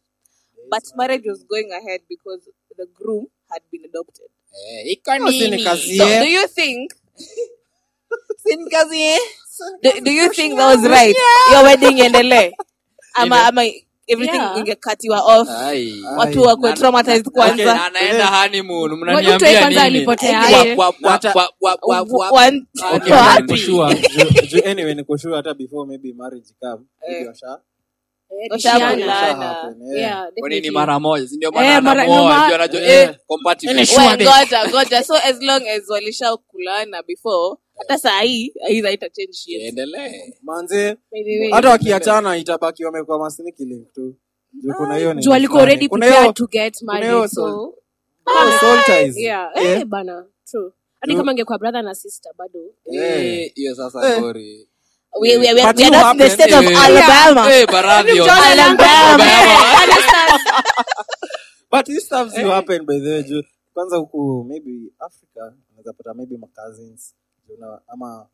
But marriage was going ahead because the groom had been adopted.
Eh, iko
Ah, Si
nini?
ni kazi
So,
yake.
do you think? Sinkazie, do, do you think that was right? Your wedding endele. Am I, am I, everything
Yeah.
ingekatiwa off?
Ai.
Watu wako
Na-
traumatized
Na-
kwanza.
na- anaenda honeymoon,
Ngoja
mnaniambia
utoe kwanza
nini?
alipotea
Kwa-
aje.
Kwa- kwa-
Hata-
kwa- kwa- kwa- kwa-
One-
Okay,
Okay,
Kwa-
wapi?
niko sure. Ju- ju- anyway, niko sure hata before maybe marriage come, maybe
Eh.
washa-
Washakulana.
Kishiana.
washa happen, eh.
Yeah,
Kwa
definitely.
nini mara moja? Si ndio maana
Eh, mara-
anamuoa,
noma-
ndio anajua,
Eh.
eh, compatible.
Well, goja goja so as long as walishakulana before hata sahii aidha itachange shit
Endelee.
Manze,
By the way.
hata wakiachana itabaki wamekuwa masinikiling tu Ju kuna hiyo nini
Ah, Juu alikuwa
fulani.
already
Kuna
prepared
hiyo-
to get
kuna
married,
hiyo
so-
soul- kuna soul ties.
Yeah.
Eh,
Eh, bana. True. Hadi
True.
kama angekuwa brother na sister bado.
Eh.
Eh, hiyo sasa
Eh.
sorry.
we, we, we, we are
But you
not in the
happen-
state of
Eh,
alabama
eh, Baradhi on-
Alabama.
Alabama.
Eh.
But these stuffs do happen by the way. Ju- kwanza huku maybe africa unaweza pata maybe macousins una- ama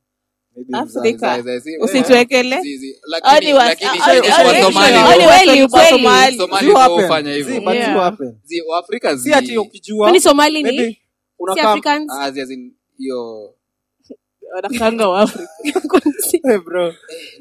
maybe mzazi.
Africa.
Za- za- za-
Usituwekele.
Zi- zi-
Only
lakini-
was-
lakini
only-
Chinese wa
only-
Somali
only
ndio-
Waswahili
Kweli, kweli.
Wasomali.
Somali
Zi
ndio
happen.
hufanya hivyo.
Zi, but zi
Yeah.
happen.
Zi- Waafrika zi-
si ati ukijua
kwani Yaani somali
maybe
ni si
unakaa-
africans
Ah, zi- as in, hiyo-
wanakanga waafrika
Eh, bro.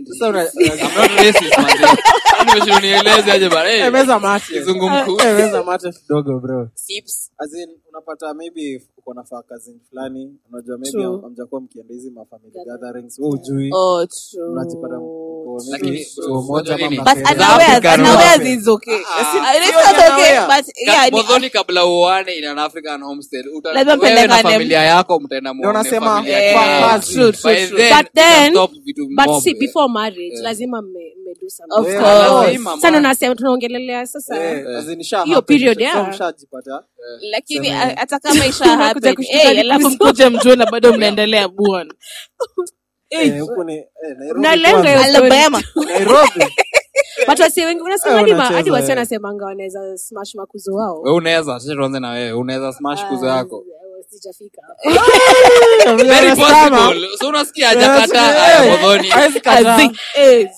Sasa una-
I'm not racist, man. Yaani umeshinieleze aje bana. Eh,
Eh, meza mate.
kizungu mkuu.
Eh, meza mate kidogo bro
Sips.
As in, unapata maybe uko na fa- cousin fulani unajua maybe
True.
am- amjakuwa mkienda hizi mafamily gatherings wewe hujui
oh true
unajipata mko maybe
Lakini, bro,
show
unajua
moja ama
nini?
but
mnapenda.
Za
unawares
Africa,
unawares
no.
is okay
Ah.
It is
Sio
not okay
unawea.
but yeah
Yaani
ni-
mwanzoni kabla uane in an african homestead uta-
Lazima
wewe na
mpelekane.
familia yako mtaenda
Ndio
muone
nasema,
familia
eh,
yako.
true, true,
By then,
true.
But
uta
then-
stop vitu
but see,
mbombe.
before marriage
Eh.
lazima mme- mmedo something.
Of
Eh,
course.
lazima,
Sasa
man.
unasema tunaongelelea sasa
Eh, as in, isha
Hiyo
happen.
period,
Sasa
yeah.
ushajipata
lakini
Sema.
a- hata kama isha
Unakuja
happen,
kushtuka
eh,
ni
alafu
Christmas.
mkuje mjona bado mnaendelea buona
Eh, huku ni- eh, Nairobi
Mnalenga
kwanza.
hiyo-
alabama
Nairobi.
but wasi wengi unasema hadi ma- hadi
Unacheza,
wasi
eh.
wanasemanga wanaweza smash makuzo wao
Wewe unaweza sasa tuanze na wewe unaweza smash kuzo yako
Ah, sijafika hapo.
very
Unasema,
possible so unasikia
unasikia,
hajakata haya
eh,
modhoni
hawezi kataa.
Azi. Eh,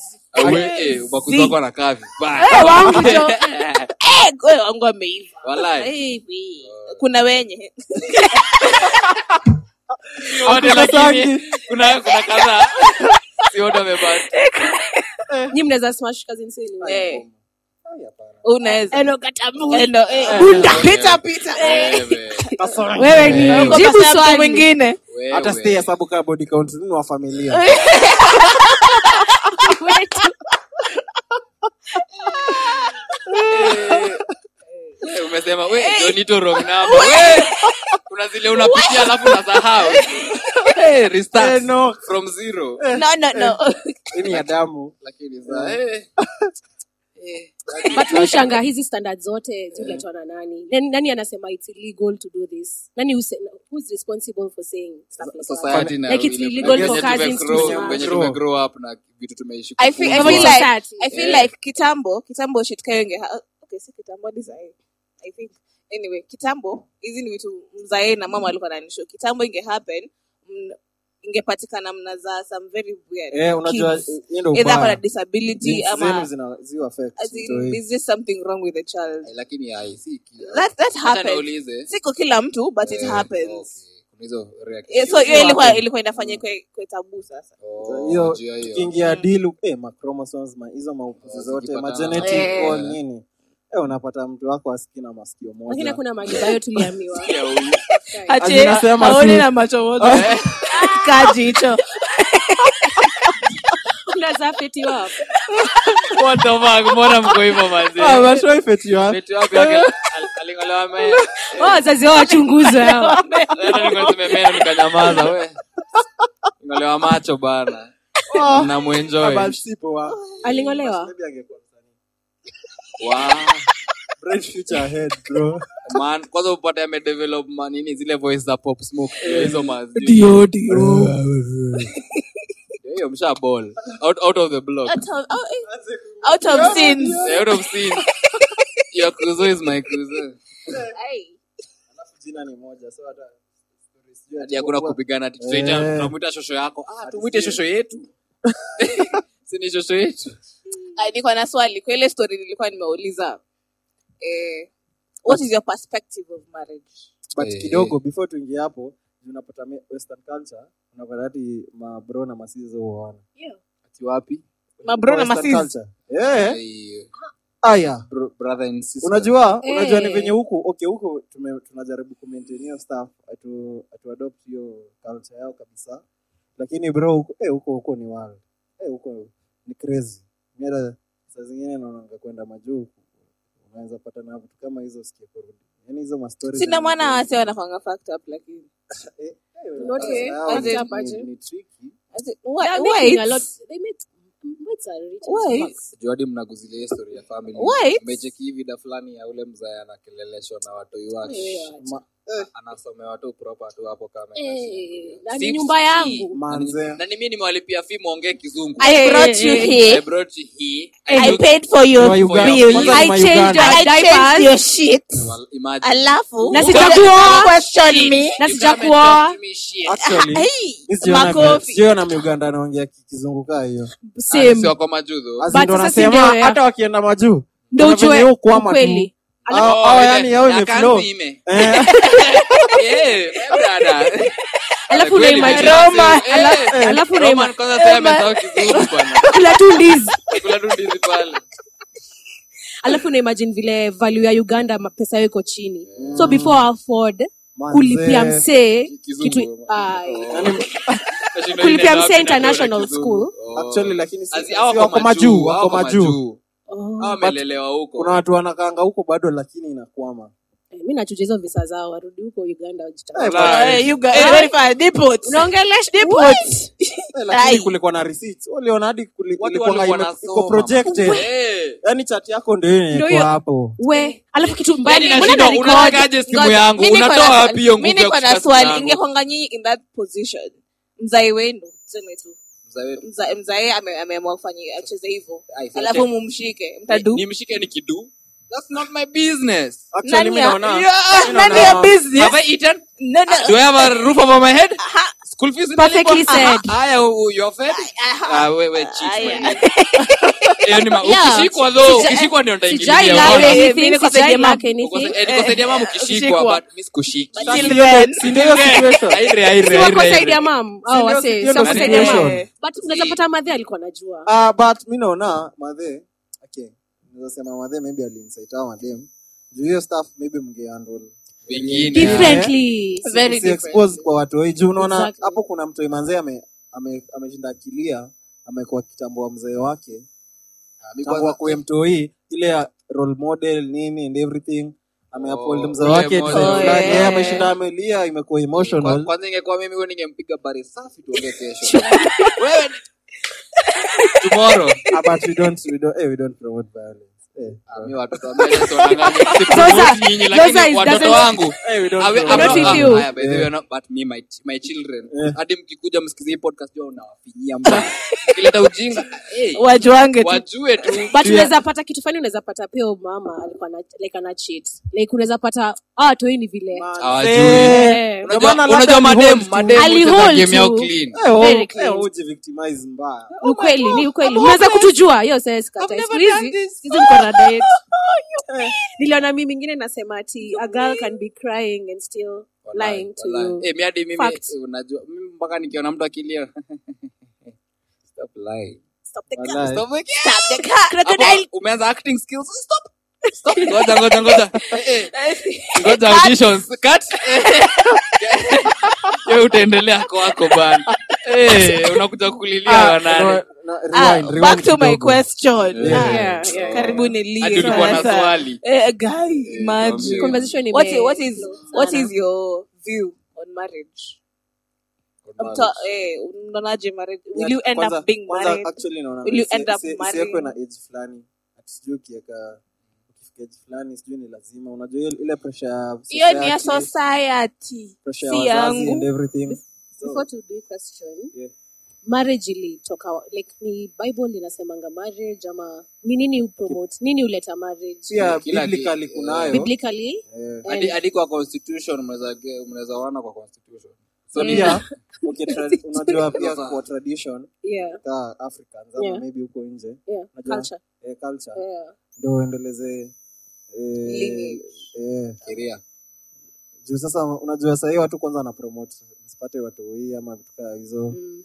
zi-
ubakuzi wako na kavi Bye.
wangu jo Eh, wewe wangu ameiva
Walai.
Eh, wee. kuna wenye
Si wote
Hakukatangi.
lakini kuna kuna kadhaa si wote wamebaki
Nyi mnaweza smash cousins wenu.
Eh,
Ai, hapana.
unaweza
Eno katamu.
Eh, no, eh.
pita pita
Wewe ni-
Eh,
Uko
jibu
kwa sababu
swali.
mwingine
hata si hesabu kaa body count ni wa familia
umesema we donito wrong number we kuna zile unapitia alafu unasahau Eh, restart
Eh, no.
from zero
no no no
Hii ni ya damu
lakini za eh
but mi shanga hizi standard zote ziletwa na nani nani, nani anasema its illegal to do this nani use, who's responsible for saying stuff like that?
society na
Like it's
ile-
illegal
venye
for cousins to
tumegrow-
smash.
venye tumegrow up na vitu tumeishi
I feel, I
Kama
feel
ni
like
society.
I feel
Yeah.
like kitambo kitambo shituka yenge ha- okay si kitambo hadi saa hii. I think anyway kitambo hizi ni vitu mzae na mama alikuwa ananisho kitambo inge happen mn- ingepatikana mnazaa some very weird
Eh, unajua
kids. Eh,
hiyo ndio
either ako na
ubaya
disability
Jinsi zenu
ama
zina- zi affect,
as
ndio
in,
hii.
there's just something wrong with the child
lakini hai si kila-
that that
Acha
happens
niulize.
siko kila mtu but it
Eh,
happens
okay. Kuna hizo reactions.
yeah, so
Hizo
hiyo ilikuwa
happen.
ilikuwa inafanya kwe, kwe tabu sasa
Oh,
hiyo
juu ya hiyo.
tukiingia dilu eh, machromosomes ma- hizo maupuzi
Oh,
zote
zikipatana.
magenetic
Eh.
all nini eh, unapata mtu wako asiki na masikio
lakini
moja
hakuna magibayo tuliamiwa
Ya huyu.
Ati nasema
aone
si-
na macho wote kaji hicho
unazafetiwa
What the fuck, mbona mko hivyo manzi?
Ah, Eh. mashuwa ifetiwa.
Vitu wapi yake- al- alingolewa meno.
Oh, wazazi wao wachunguzwe hao
Sasa nilikuwa nimemena nikanyamaza we. Ngolewa macho bana.
Ah,
Na
ah,
muenjoy.
but sipo wa-
alingolewa
Maybe angekuwa msanii.
Wow.
Bright future ahead, bro.
Man, kwanza upate amedevelop manini zile voice za Pop Smoke. Hizo mazi. Hiyo msha ball. Out out of the block.
out of sins
The out of scene. Your cruzo is my cruzo.
Alafu jina ni moja, so hata- sijui
Hadi hakuna
atakuwa-
kupigana ati tutaita
Eh.
tunamuita shosho yako. Ah, tumuite shosho yetu. Si ni shosho yetu.
Ah, niko na swali kwa ile story nilikuwa nimeuliza eh, what is your perspective of marriage
but
Eh,
kidogo before tuingie hapo unapata me- western culture unapata hati mabro na masizo huona
Ati wapi?
mabro na
Western
masis
culture. Eh,
Ay,
aya
bro- brother and sister.
unajua unajua ni
Eh.
venye huku okay huku tume- tunajaribu kumaintain hiyo stuff atu atuadopt hiyo culture yao kabisa lakini bro huko eh, huko huko ni wild eh, huko ni crazy Mimi hata saa zingine naonanga kwenda majuu unaweza pata na vitu kama hizo sikia kurudi yani hizo mastori
sina maana wase wanakwanga fact up lakini
Not
eh,
ni,
aje.
ni, ni tricky
As in,
They
why
are
why
making a lot-
it's-
they make- mates are rich as
why
fuck.
it's-
Juu hadi mnaguzilia hiyo story ya family.
Wait.
Mecheki hii vida fulani ya ule mzee anakeleleshwa na watoi wake.
Wewe wacha.
Ma-
anasomewa tu proper tu hapo kama
Eh, na ni
Sips-
nyumba yangu
manze
na ni mimi nimewalipia fee mwongee kizungu
I brought you
I
here.
brought you here. I
I
look-
paid for your
Wa Uganda.
bill.
Kwanza
I
ni wa
changed,
Uganda.
I changed
Diapers.
your shit.
Well, imagine.
Alafu.
Na
you
sitakuoa.
don't Question me.
na
You come and
sijakuoa
talk to me
Ah,
shit. Ah,
actually
Hey,
mi sijaona-
makofi.
sijaona muganda anaongea ki- kizungu kaa hiyo
Ah,
same.
sisi wako majudhu.
As in
But
ndo
sasa si
nasema
eh,
ndio ya-
hata wakienda majuu
ndo
kuna venye
ujue
huyu kuama tu.
ukweli
Au-
Oh,
au
ile-
ah, yani au
na
ime
kanzu
flow.
ime.
Eh,
Eh, brother.
alafu
Kweli,
unaimagine
brother.
Roma.
Eh,
alafu
Roman
unaima-
kwanza sasa amesahau kizungu bwana.
kula tu ndizi
Kula tu ndizi pale.
alafu unaimagine vile value ya uganda ma- pesa yao iko chini so before afford
manze.
kulipia msee
Kizungu.
kitu ah,
Yaani,
Nashinda
Kulipia
inaenda
msee
wapi na
international
kuna kizungu.
school.
Oh.
actually lakini si-
As in,
si
hawa wako
wako majuu
majuu, hawa
wako
wako
majuu
majuu.
oh.
Hawa wamelelewa huko.
kuna watu wanakaanga huko bado lakini inakwama
Eh, mi nachuja hizo visa zao warudi huko uganda wajitafutie.
Eh,
Wala-
Eh, you guys, very far. Depot.
unaongelesha
Eh, lakini
Ai.
kulikuwa na receipts. waliona hadi kuli-
Watu
ilikuwa
walikuwa
ime-
wanasoma.
iko projected
Eh.
yani chat yako ndio yenye
Ndio
iko
hiyo.
hapo
we alafu kitu mbaya
Yaani
ni-
nashindwa,
mbona na record?
unawekaje simu
Ngoja,
yangu
mi niko
unatoa
na-
wapi hiyo
mi
nguvu ya
niko
kushika
na
simu
swali
yangu
ingekwanga nyinyi in that position mzae wenu tuseme tu
Mzee wetu.
Mza- mzae ame- ameamua kufanya acheze hivyo
Ai, si
alafu mumshike mtadu
nimshike nikidu That's not my business.
actually
Nani
mimi
ya-
naona
Yeah,
mi
nani
naona-
ya business?
Have I eaten?
No, no.
Do I have a roof over my head? School fees in Uh-huh.
Perfectly said.
Haya, u- you're fed? oh, Ah, wewe cheat
Ah,
wewe.
yeah.
Hiyo ni ma-
Yeah.
ukishikwa though,
Sija-
ukishikwa ndio nitaingilia,
sijai lack
unaona?
Eh,
anything,
mi niko
sijai
sejemu.
lack anything.
Ukosa- eh, nikosaidia mama ukishikwa,
Ukishikwa.
but mi sikushiki.
But till
Si ndio-
then.
si ndio hiyo situation?
Aire, aire,
Si
aire,
wakosaidia
aire.
mam
Oh,
au
Sio-
wasee
sio
si
ndo
wakosaidia
situation.
mam
Eh.
but unaweza pata madhe alikuwa anajua
Ah, but mi naona madhe okay nazasema madhe maybe aliinsaita au madem juu hiyo staff maybe mgeandol
Vingine.
differently
Very different.
kwa watu wai juu unaona hapo
Exactly.
kuna mtoi manzee ameshinda ame, ameshinda akilia amekuwa kitambua mzee wake
Ah,
tangu akuwe mtoi ile ya role model nini and everything ameapold
Oh,
mzee
role
wake design
model.
fulani.
Oh,
Yeye
yeah.
ameshinda amelia imekuwa
Kwa-
emotional
kwanza ingekuwa mimi huyo ningempiga bari safi tuongee kesho
Wewe ni- Tomorrow.
Ah, but we don't we don't eh, we don't promote violence eh,
Ah, mi watoto wa-
Mbele sio wanang'anya. Sipromote nyinyi, lakini
eyes
watoto
doesn't-
wangu.
eh, we don't
Awe-
promote
awe-
Not
violence.
if
ah,
you.
haya, by the way, you're not- but me, my ch- my children.
Eh.
hadi mkikuja msikize hii podcast jua unawafinyia mbaya. Ukileta ujinga eh,
wajuange tu
wajue tu
but unaweza pata kitu fani unaweza pata pia huyu mama alikuwa ana- like ana cheat like unaweza pata ah watu hii ni vile
Hawajui.
Eh,
Ndio maana
Unajua-
labda
unajua
alihold
madem
tu.
madem
Alihold
hucheza game
tu.
yao clean
Eh, oh,
Very
eh,
clean.
ujivictimize mbaya
ni ukweli ni ukweli unaweza kutujua hiyo sesikatasikuhizi niliona mi mingine nasema ati a girl can be crying and still lying to you
Eh, mi hadi mimi
Fact.
eh, unajua mimi mpaka nikiona mtu akilia Stop lying.
Stop the
Walai.
Stop lying.
Tap the car.
Hapo umeanza acting skills stop stop ngoja ngoja ngoja Eh, eh. ngoja auditions cut wewe utaendelea kwako bana eh unakuja kulilia
Ah,
wanani
no, no,
Ah,
rewind,
back
rewind
to my
kidogo.
question
Yeah.
Ah,
Yeah, yeah,
karibu
hadi ulikuwa na swali
Eh,
Eh,
tuambie.
niliwhat
conversation ime-
is
flow
what
sana.
is your view on marriage Mta- eh, unaonaje marriage will you end
Kwanza-
up being
kwanza
married
actually naona
Will you
isi-
end up
isi-
marrying?
isiwekwe na age fulani Ati sijui ukiweka ukifika age fulani sijui ni lazima unajua ile- ile pressure ya
hiyo ni ya
society,
society
pressure
si
ya wazazi and
yangu
everything
before to do question
Yeah.
marriage ilitoka wa- like ni bible linasemanga marriage ama ni nini upromote nini uleta marriage
pia
Kila ki-
biblically kunayo
biblically
Eh,
hadi hadi kwa constitution mnaweza ge- mnaweza ona kwa constitution
so pia okay, tra- unajua pia kwa tradition
yeah,
ka africans ama
Yeah.
maybe huko nje
yeah,
Unajua?
culture
eh, culture
yeah.
ndo uendeleze eh,
Lineage.
eh,
sheria
juu sasa unajua sahii watu kwanza wanapromote sipate watu hii ama vitu kaa hizo
Mm.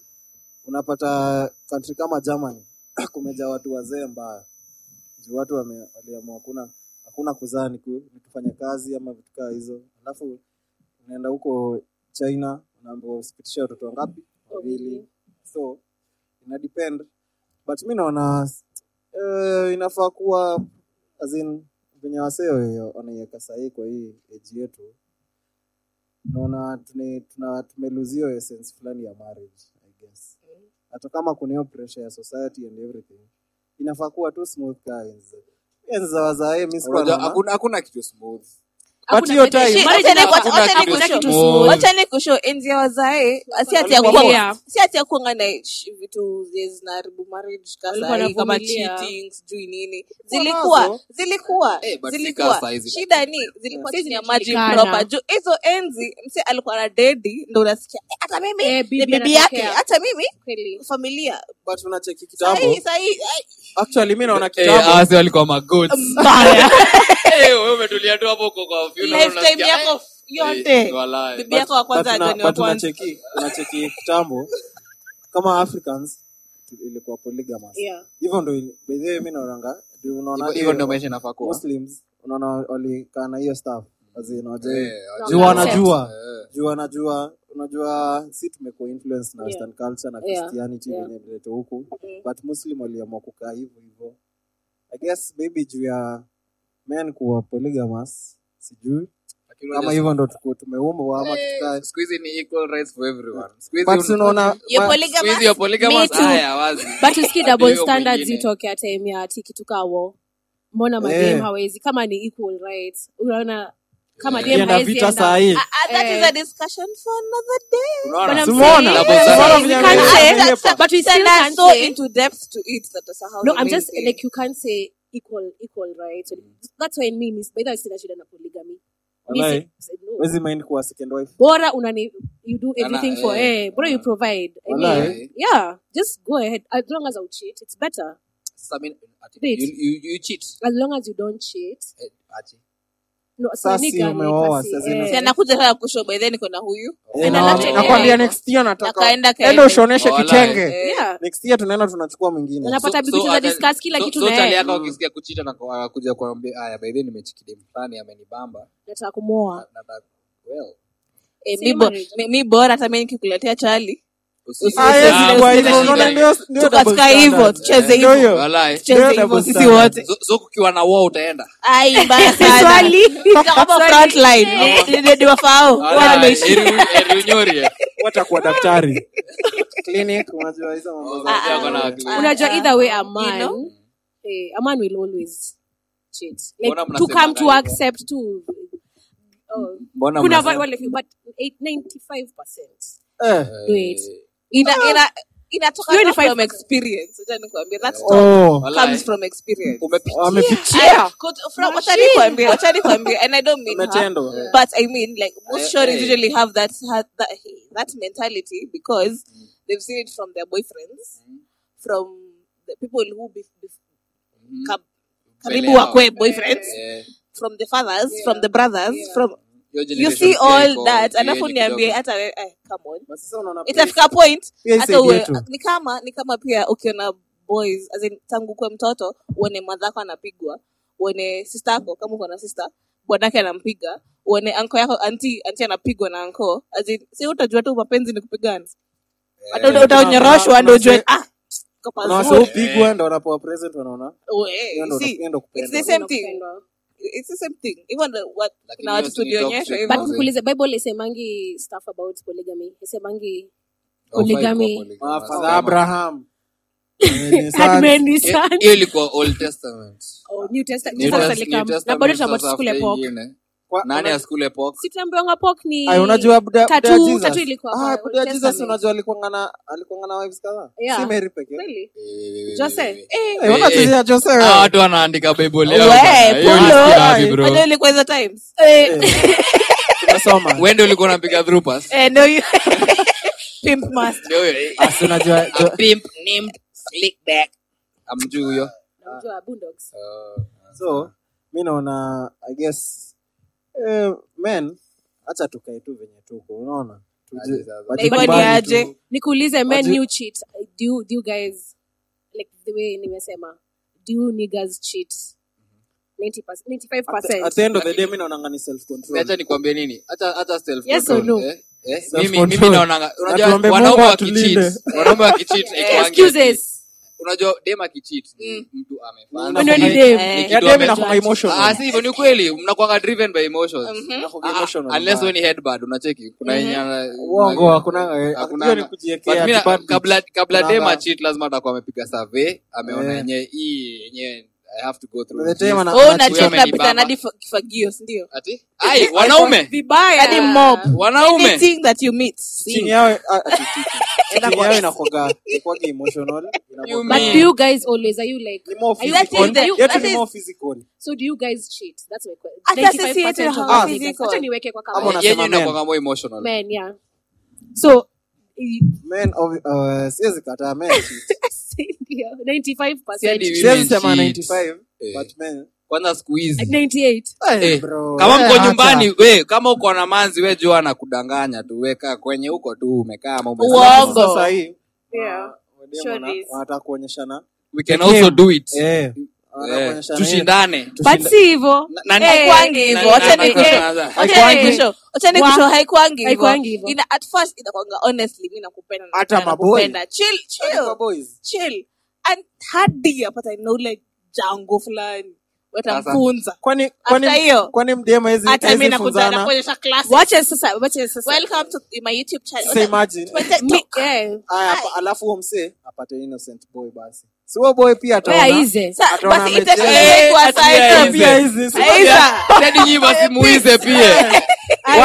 unapata kantri kama germany kumeja watu wazee mbaya juu watu wame- waliamua hakuna hakuna kuzaa ni ku- ni kufanya kazi ama vitu kaa hizo alafu unaenda huko china unaambiwa usipitishe watoto wangapi wawili so ina depend but mi naona eh, inafaa kuwa as in venye wasee wa- wanaiweka sahii kwa hii eji yetu naona tune- tuna- tumeluzia hiyo essence fulani ya marriage i guess hata kama kuna hiyo pressure ya society and everything inafaa kuwa tu smooth guys enzi za wazae mi sikuwa
Unajua,
naona
hakuna hakuna kitu smooth
But your time.
Marriage
Wacha ni- wacha-
inakuwa-
wacha ni
hakuna
kushow.
kitu small.
Wacha ni kushow enzi ya wazae si ati ya
Wanavumilia.
kuwa- si ati ya kuanga na sh- vitu zenye zinaharibu marriage ka
Walikuwa
sahi, kama
wanavumilia.
cheating sijui nini zilikuwa zilikuwa
Eh, but si ka
zilikuwa
sahizi.
shida ni zilikuwa chini ya maji
zinajulikana.
proper juu hizo enzi mse alikuwa na dedi ndo unasikia eh, hata mimi ni
Eh, bibi
bibi
anatokea.
yake hata mimi
Kweli.
familia eh,
but unacheki kitambo
sahii sahii
actually mi naona
Eh,
kitambo
hawa walikuwa magoats. Eh, wewe umetulia tu hapo uko kwa funeral,
lifetime
unasikia,
yako
eh,
yote
eh, walai.
bibi yako wa kwanza
But una-
ajani wa
but
kwanza
unacheki unacheki kitambo kama africans ilikuwa polygamous
Yeah.
hivyo ndo ili- by the way mi naonanga unaona
Hivyo-
hadi
hivyo ndio maisha inafaa kuwa
muslims unaona walikaa na hiyo stuff azinawajai
Eh,
juu
Concept.
wanajua
eh.
juu wanajua unajua si tumekuwa influence na western culture na
Yeah.
christianity
Yeah.
venye vileto huku but muslim waliamua kukaa hivyo hivyo i guess maybe juu ya men kuwa polygamous sijui
Lakini
kama
unajua-
hivyo ndo tuko tumeumbwa ama tukae
siku hizi ni equal rights for everyone Siku hizi
but
una-
si unaona
Your
ma-
polygamous-
Siku hizi ya polygamous,
Me too.
haya, wazi.
but usikie double
Ndio
standards
mwingine.
itokea time ya ati kitu kaa war mbona madem
Eh.
hawezi kama ni equal rights unaona kama dem
Pia na
hawezi
vita
enda
sahii
Ah, that
Eh.
is a discussion for another day.
But I'm
Simona,
saying-
Double
Yeah,
standards.
we
Simona
can't
vijana
say-
wengi.
That's-
But we
that's-
still
that's
can't
so
say-
into depth to it that usahau
no i'm just
mimi.
like you can't say equal equal rights that's why me miss by the way sina shida na polygamy Mi
Walai.
si- said no.
wezi mind kuwa second wife
bora unani you do everything
Ana-
for
eh,
eh bora you provide I mean,
Walai.
yeah just go ahead as long as i cheat it's better
Sasa mi- ati-
Wait.
you- you- you cheat.
as long as you don't cheat
Eh, ati.
no
Sasa
si
si
nigga,
umeoa,
like,
sasa
eh.
ina-
Si anakuja tena kushow by then iko na huyu
Eh,
na
na-
labda
nakwambia
yeye-
next year nataka
Akaenda kaende.
enda ushoneshe
Walai.
kitenge
Eh.
yeah
next year tunaenda tunachukua mwingine
Unapata
So-
bibi
so
tuza
ata-
discuss kila
so-
kitu
so
na yeye.
chali yako
Mm.
akisikia
kuchita na kwa- anakuja kuambia aya baidhi nimechikidi mfani amenibamba
nataka kumwoa
Na- na- well,
Eh,
Si
mi bo-
marriage.
mi- mi bora hata mi nikikuletea chali
usi-
Ah, yes,
Ah,
ilikuwa
usi-
hivyo,
usi-
unaona
ndio
tukatika hivo tucheze
Ndio hiyo.
hivo
Walai.
tucheze
Ndio
hivo
double
sisi
standard.
wote
So- so kukiwa na war utaenda
ai mbaya sana Tutakamo front line. Ndio
Oh,
niwafao. Bora
Walai,
nimeishia.
Eru- Erunyorie.
watakuwa daktari clinic unajua hizo mambo za
Ah, ah,
daktari.
ah, ah.
unajua
Ah,
either way
ah,
a
you
man
know?
eh, a man will always cheat like
Mbona
to come
mnasemaga
to
hivyo?
accept to oh.
mbona
kuna
mnasema-
wale but eight- 95%
Eh,
do it
Ina- ina- inatoka
Hiyo ni
tu
five-
from experience. Acha nikuambie, that stuff
oh,
Walai.
comes from experience.
wamepitia
I- kut- from- wacha nikwambie, wacha nikwambie, and I don't mean her,
Umetendwa.
but I mean like most
Eh,
shows
eh.
usually have that that that mentality because they've seen it from their boyfriends, from the people who be, be, kab- karibu
Mm-hmm. yao.
wakwe boyfriends,
Eh,
from the fathers, from the brothers, from
your
you
generation
see
pia
all
iko
that,
yenye
alafu
kidogo.
niambie hata we- eh, come on
But sasa unaona pia-
itafika point
Pia
hata
isaidie
uwe-
tu.
ni kama ni kama pia ukiona boys as in, tangu kuwe mtoto uone madhako anapigwa uone sister yako kama uko na sister bwanake anampiga uone anko yako anti anti anapigwa na anko as in, si utajua tu mapenzi ni kupigana
Eh,
Hata uta- utanyoroshwa
Kuna-
ndio
kuna
ujue
se-
ah kwa
kuna wase
pazuri.
hupigwa ndo wanapewa present wanaona
Uwe,
hiyo ndo-
see,
hiyo ndo
it's the
kupendwa.
same thing
Unapendwa.
it's the same thing even the- wa-
Lakini
kuna watu
hiyo si ni
tulionyeshwa
toxic.
but
hivyo
Mazee.
kukuliza bible isemangi stuff about polygamy isemangi
Oh
Haufai kuwa
Polygamy.
polygamous.
Maafa za
Kama-
abraham Mwenyezi
Had
sana.
many
Eh,
sons.
hiyo ilikuwa old testament
Oh, New Testament.
New
Jesus
Test-
alikam-
New
na
Testament
bado tunaambiwa
sasa
tusikule
after
pork.
ingine.
Kwa-
nani
una-
asikule pork
Si tunaambiwanga pork ni
Ay, unajua buda- buda
tattoo-
Jesus?
tattoo ilikuwa
Ah,
kwa Old
buda Jesus
Testament.
unajua alikuwanga na- alikuwanga na wives kadhaa
Yeah.
si mary peke yake.
Really?
Eh,
Jose? Eh,
Eh, unachezea Jose wewe.
hawa Ah, watu wanaandika bible yao bana.
we
Hiyo
polo
ulisikia wapi, bro?
unajua ilikuwa hizo times
eh,
Eh, tunasoma.
Wewe ndio ulikuwa unapiga through pass.
Eh, no you pimp master
Ndio hiyo, eh,
Asi unajua-
a pimp named Slickback. Amjui huyo.
unajua Boondocks.
Uh,
so mi naona i guess eh, men hacha tukae tu venye tuko unaona Tuje-
Aje sasa.
wajikubali
Naiko ni aje?
tu.
nikuulize men
Watu-
you cheat do you, do you guys like the way nimesema do you niggas cheat 90%, 95%
At the end of the day mi naonanga ni self control
Acha nikwambie nini? Acha acha self
Yes or no?
Eh, eh,
Self
mimi
control.
mimi naona unajua
Atuombe Mungu
wanaume
atulinde.
wakicheat. Wanaume wakicheat ikiwangia.
excuses
Unajua dem akicheat mtu amefanya.
Una-
When you're
Nakumai-
dem.
Eh.
Ya dem inakuanga Yaani emotional.
Ah, si hivyo ni ukweli mnakuanga driven by emotions.
Hmm?
Inakuanga
Ah,
emotional
ah, unless
mbaya.
wewe ni headbad unacheki kuna yenye ana-
Uongo,
una-
hakuna- eh,
hakuna-
hiyo ni kujiekea
But mimi na-
jibandage.
kabla kabla
Kunaanga-
dem achit lazima atakuwa amepiga survey ameona
Eh.
yenye hii yenye
i have to go through
The
this.
time ana-
Oh,
ana-
unajua
amenibamba.
unapita na hadi fa- kifagio si ndio
ati ai wanaume
vibaya
Hadi mob.
wanaume
anything that you meet see.
chini yao- ah, ah, chini yao inakuwaga- inakuwaga emotional, inakuwaga-
You
But
mean-
do you guys always are you like
Ni more
are you
That
physical.
is the-
Yetu
that
ni
is-
more physical.
so do you guys cheat? That's my question.
Hata sisi yetu
95% of
hawa
all
physical.
niggas. Acha niweke kwa
Ama
kamera.
unasema
yenye
men.
inakwanga mo emotional
Men, yeah. So i-
Men, obvi- uh, siwezi kataa men cheat.
ndio, 95%.
Siadi-
Siwezi
Women
sema
cheat.
95,
Eh.
but men-
kwanza siku hizi
98.
Eh,
bro,
kama
eh,
mko
hata.
nyumbani we kama uko na manzi we jua
kudanganya
anakudanganya
tu weka kwenye huko tu umekaa ama ume-
Alafu
uongo
sasa hii
Yeah.
wademu
Sure
wana-
it is.
wanataka kuonyeshana
we can
The
also
game.
do it
Eh, wanataka
Eh,
kuonyeshana hii.
tushindane
But si hivyo.
Na- na-
haikwangi
na-
hivyo
na-
wacha
na-
ni-
na-
eh,
na- na-
wacha ni
Haikwangi.
kusho wacha ni
Wa-
kusho haikwangi
Haikwangi
hivyo
hivyo.
ina at first inakwanga honestly mimi nakupenda na
Hata
nakupenda,
maboy.
nakupenda. chill
Hadi
chill
kwa boys.
chill and hadi apata inaule jango fulani watamfunza
Kwani- kwani-
After hiyo,
kwani mdem hawezi-
hata
hawezi
mimi nakuzana
funzana?
nakuonyesha klasi
Wacha sasa, wacha sasa.
welcome to my youtube channel
Say imagine.
Mi- eh,
Aya, apa- alafu huo msee apate innocent boy basi si huo boy pia
where
ataona-
is it?
Ataona
basi
amecheza.
itategemea kwa
Ati ya
side
hizi.
pia hizi si-
Siadi Yaani nyinyi basi muize pia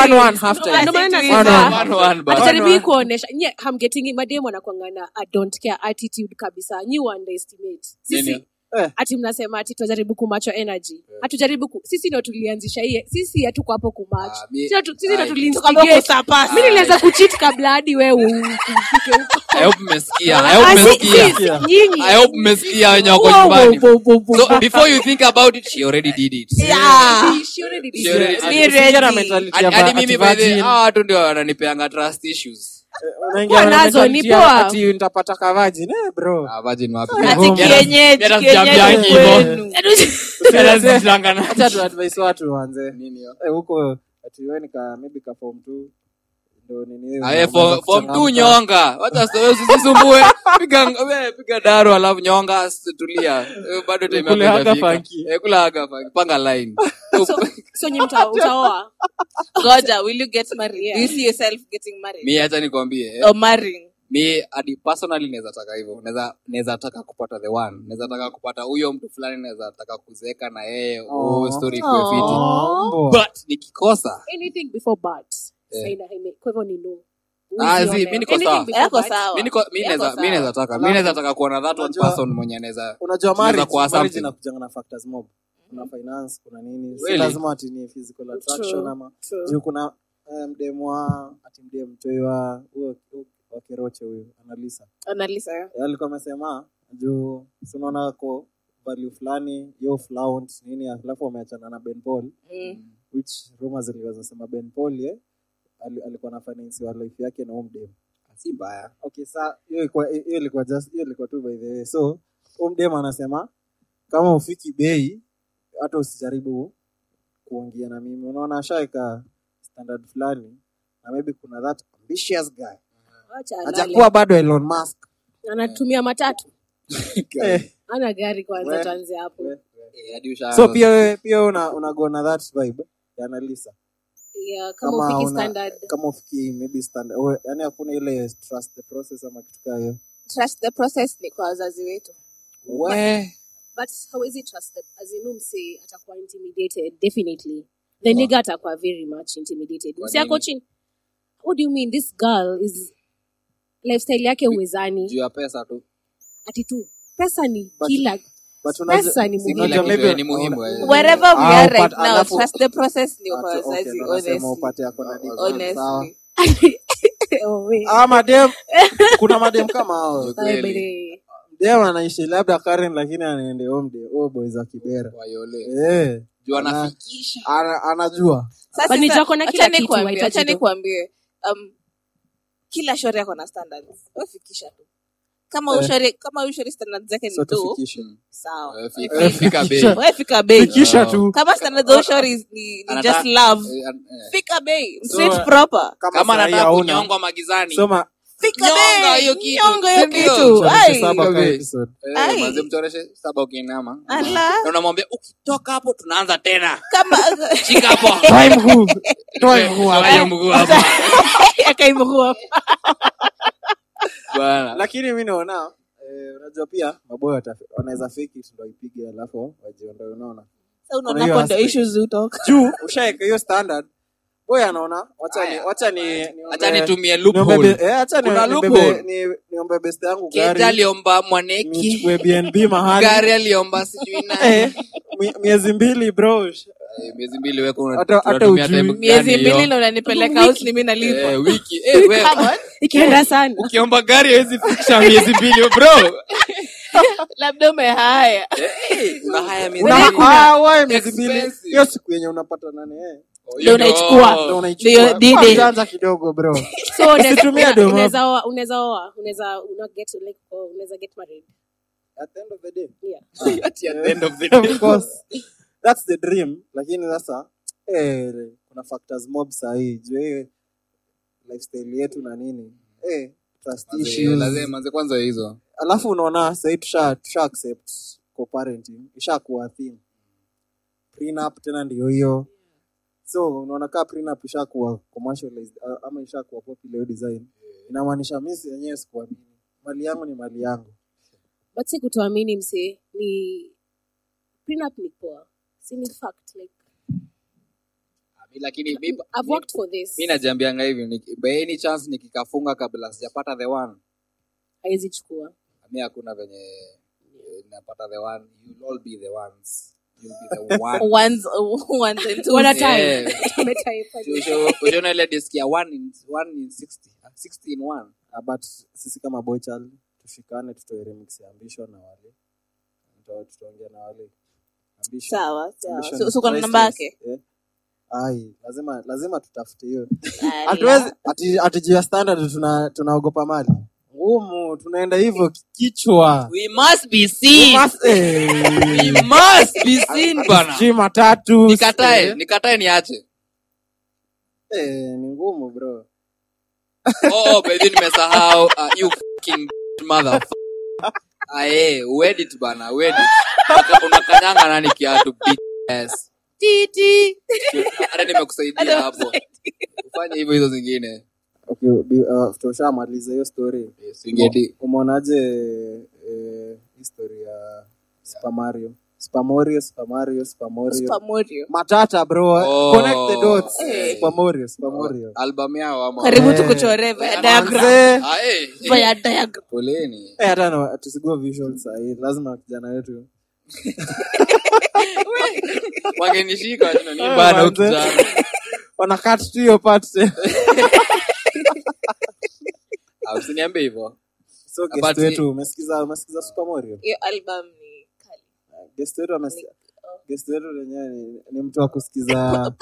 One, one, half time.
Ndio maana
One,
nasema-
One, one, but-
ajaribii kuonesha nye hamgetingi mademu anakwanga na a don't care attitude kabisa nyi underestimate sisi
Nini? Eh.
Eh.
ati mnasema ati tunajaribu kumacho energy hatujaribu ku, sisi ndo tulianzisha hii sisi hatuko hapo kumach
Ah, mi-
Sisi ndo tu- sisi ndo
Ai.
Tukaamua
tuliinstigate
kusurpass.
mi niliweza kuchit kabla hadi wewe ufike huko
I hope mmesikia I hope
Ah, si-
mmesikia
si- si- nyinyi
I hope mmesikia wenye wako
Wow,
nyumbani
wow, wow, wow, wow.
so before you think about it she already did it
Yeah.
Ah. She already did
She already-
it.
Ati-
Be
usiingie na
ready.
mentality
Ati-
ya
hadi
va-
mimi
ati
by the way,
virgin.
hawa watu ndio wananipeanga trust issues
Unaingia
Poa
na
nazo,
mentality
ni
ya
poa.
ati nitapata ka virgin. Eh, bro.
Ah, virgin wapi
ati
Home.
kienyeji
Let us
kienyeji
jump yangi,
kwenu
Tunazichanganya.
Acha tu advise watu wanze. Eh, huko ati wewe nika- maybe ka form two, ndo nini hiyo,
Aye,
unaweza
fo- form two
kuchangamka.
nyonga wacha so- usisumbue piga we, piga daro alafu nyonga s- tulia Eh, bado time yako
Kule haga
haijafika.
funky.
Eh, kula haga funky. panga line
so nyi mta- utaoa
goja will you get married
Yeah.
do you see yourself getting married
mi hata nikwambie eh,
or marrying
mi
hadi personally naweza taka hivyo naweza naweza taka kupata the one naweza taka kupata huyo mtu fulani naweza taka kuzeeka na yeye oh. story ikuwe fiti
Oh, mbo.
but
nikikosa
anything before but saina haime kwa hivyo ni no
Eh. Ah,
Usione.
zi, mi niko
Anything
sawa.
before
yako
but.
sawa
mi niko- mi
Yako
naweza- mi
sawa.
naweza taka mi naweza taka kuona that one
Unajua-
person mwenye naweza
unajua
Tunaweza
marriage-
kuwa
marriage
something. Mm.
inakujaga na factors mob kuna finance kuna nini si
Really?
lazima ati ni physical attraction
True,
ama
true.
juu kuna eh, mdemu wa ati mdemu mtoiwa huyo wakeroche huyo analisa
Analisa.
Eh, alikuwa amesema juu sinaona ko value fulani yo flaunt nini alafu wameachana na ben paul
Mm.
which rumor zilikuwa zinasema ben paul ye ali- alikuwa na finance wa life yake na huyo mdemu
si mbaya
okay sa hiyo ilikuwa hiyo ilikuwa just hiyo ilikuwa tu by the way so huyu mdemu anasema kama ufiki bei hata usijaribu kuongea na mimi unaona ashaweka standard fulani na maybe kuna that ambitious guy
Wacha alale.
hajakuwa bado Elon Musk
anatumia matatu
eh,
ana gari
We-
kwanza tuanze hapo
we-
Eh, hadi ushaanza
Ah,
so pia wewe pia wewe una unago na that vibe ya analisa
Yeah, kama
kama
ufiki
una,
standard
kama ufiki maybe standard wewe- yani hakuna ile trust the process ama kitu kaa hiyo
trust the process ni kwa wazazi wetu
but hawezi trusted as in huyu msee atakuwa intimidated definitely the nigga atakuwa very much intimidated msee ako chini what do you mean this girl is lifestyle yake uwezani
juu ya pesa tu
ati tu pesa ni
But-
kila
but unajua-
pesa ni
si
muhimu
kila
Unajua
kitu
maybe-
ni muhimu eh.
wherever we
Ah,
are right
upat-
now
alafu-
trust the process ni kwa
Ati- okay,
wazazi
ndo nasema
honestly
upate yako na deep sawa.
honestly
Oh, we.
Ah, madem kuna madem kama hao
Bye,
Kweli.
bye.
dem anaishi labda karen lakini anaende omde o boy za kibera
wayole
Eh,
juu
ana-
anafikisha
ana- anajua
Sasa-
Kwani Jaco na
acha
kila kitu,
nikuambie,
wahitaji
acha
tu.
nikuambie, um, kila shore yako na standards wefikisha tu kama
Eh.
ushore kama ushore standards zake ni
so
do
tufikishe
sawa
Eh, fi- fika bei
Fikisha.
wefika bei
fikisha tu
kama standards za ushore is- ni, ni
Anataka-
just love
Eh, an- eh.
fika bei
So,
treat
eh,
proper
kama
sahi
anataka
hauna.
kunyongwa magizani
So ma-
fika
Nyonga
bei
hiyo kitu,
nyonga hiyo
si ndio?
kitu
mchoreshe
ai.
saba kwa
Kabe.
episode.
Eh,
Ai.
manzi mchoreshe saba ukiinama
Ala,
Na unamwambia ukitoka hapo tunaanza tena
kama
shika hapo
Toa hii mguu. Toa hii
Wewe,
mguu
toa
hapa.
hiyo mguu hapo.
akaimrua
Bwana.
lakini mi naona eh, unajua unajua pia maboy wata- wanaweza fake it ndo ipige alafu wajiondoe unaona
Sasa
Kuna
unaona
hiyo
kwa ndo
aspect.
issues hutoka.
juu ushaeka hiyo standard boy anaona wacha ni wacha ni
Acha
niombe-
nitumie
niombe
loophole.
be- eh, acha ni-
Kuna
nibebe-
loophole.
ni- niombe best yangu
Kid
gari
aliomba mwaneki
nichukue bnb mahali
gari aliomba sijui nani
Eh, mie- miezi mbili bro
Eh, miezi mbili weko
Hata- hata
unatumia
ujui.
time
miezi
gani
mbili
hiyo?
na unanipeleka house ni mimi nalipa
Yaani Eh, wiki eh, wewe,
ikienda sana
ukiomba gari hawezi fikisha miezi mbili bro
labda umehaya
una haya miezi
Una-
mbili.
ah, wae, miezi mbili
Expensive.
hiyo siku yenye unapata nane eh.
Oh,
ndio
hiyo ndio-
unaichukua.
Ndio
oh.
unaichukua.
Ndio, did
Kuwa
it.
mjanja kidogo bro
so unaweza-
Usitumie
una-
domo.
unaweza oa unaweza oa unaweza una get to like oh, unaweza get married
At the end of the day,
yeah
of course. That's the dream lakini sasa eh, kuna factors mob sahii juu eh, lifestyle yetu na nini eh, trust
Manze,
issues.
lazima- manze kwanza hizo
alafu unaona sahii tusha tusha accept co-parenting ishakuwa thing prenup tena ndio hiyo so unaona kaa prenup ishakuwa commercialized a- ama ishakuwa popular hiyo design inamaanisha misi yenyewe sikuamini mali yangu ni mali yangu
but si kutoamini msee ni prenup ni poa si ni fact like
Mi- lakini mi-
i've worked for this
mi najiambianga hivi ni- by any chance nikikafunga kabla sijapata the one
haiwezi chukua
mi hakuna venye eh, napata the one you'll all be the ones you'll be the
Eh.
one
Ones- ones and twos.
Wana time.
Eh,
Umetaifa.
usho- ushaona ile disk ya one in- one in 60, ah, 60 in one?
Ah, but sisi kama boy child tushikane tutoe remix ya ambisho na wale Tuta- tutaongea na wale Ambition.
sawa sawa
Ambition
So-
is
so kuna
priceless,
namba yake
eh. ai lazima lazima tutafute hiyo
Ah,
hatuwezi ati- ati juu ya standard tuna- tunaogopa mali ngumu tunaenda hivyo ki- kichwa
we must be seen
Mas- eh,
we must be seen bana
sijui matatu
nikatae
sijui-
nikatae niache
Eh, ni ngumu bro
oh, oh baby nimesahau uh, you fucking Ah, mother aye uedit bana uedit Unaka- unakanyanga nani kiatu bs
Titi.
hata nimekusaidia hapo ufanye hivyo hizo zingine
okay, bi- uh, tushamaliza hiyo story
Singeti.
umeonaje eh, history ya super mario super mario super mario super mario
Pamorio.
matata bro
Oh.
connect the dots
Eh.
super mario super mario
Album yao ama
karibu
Eh.
tukuchoree via diagram
Manze,
Ah, eh, eh.
via diagram
poleni
eh, hata na- tusigue visual sahii lazima kijana wetu
wangenishika wajua ni
Eh,
bana
manze.
ukijana
wanakat tu hiyo part
Ah, usiniambie hivyo
so
But
guest
ni-
wetu umesikiza umesikiza super mario
hiyo album ni kali
guest wetu amesi- guest wetu lenyewe ni, ni mtu wa kusikiza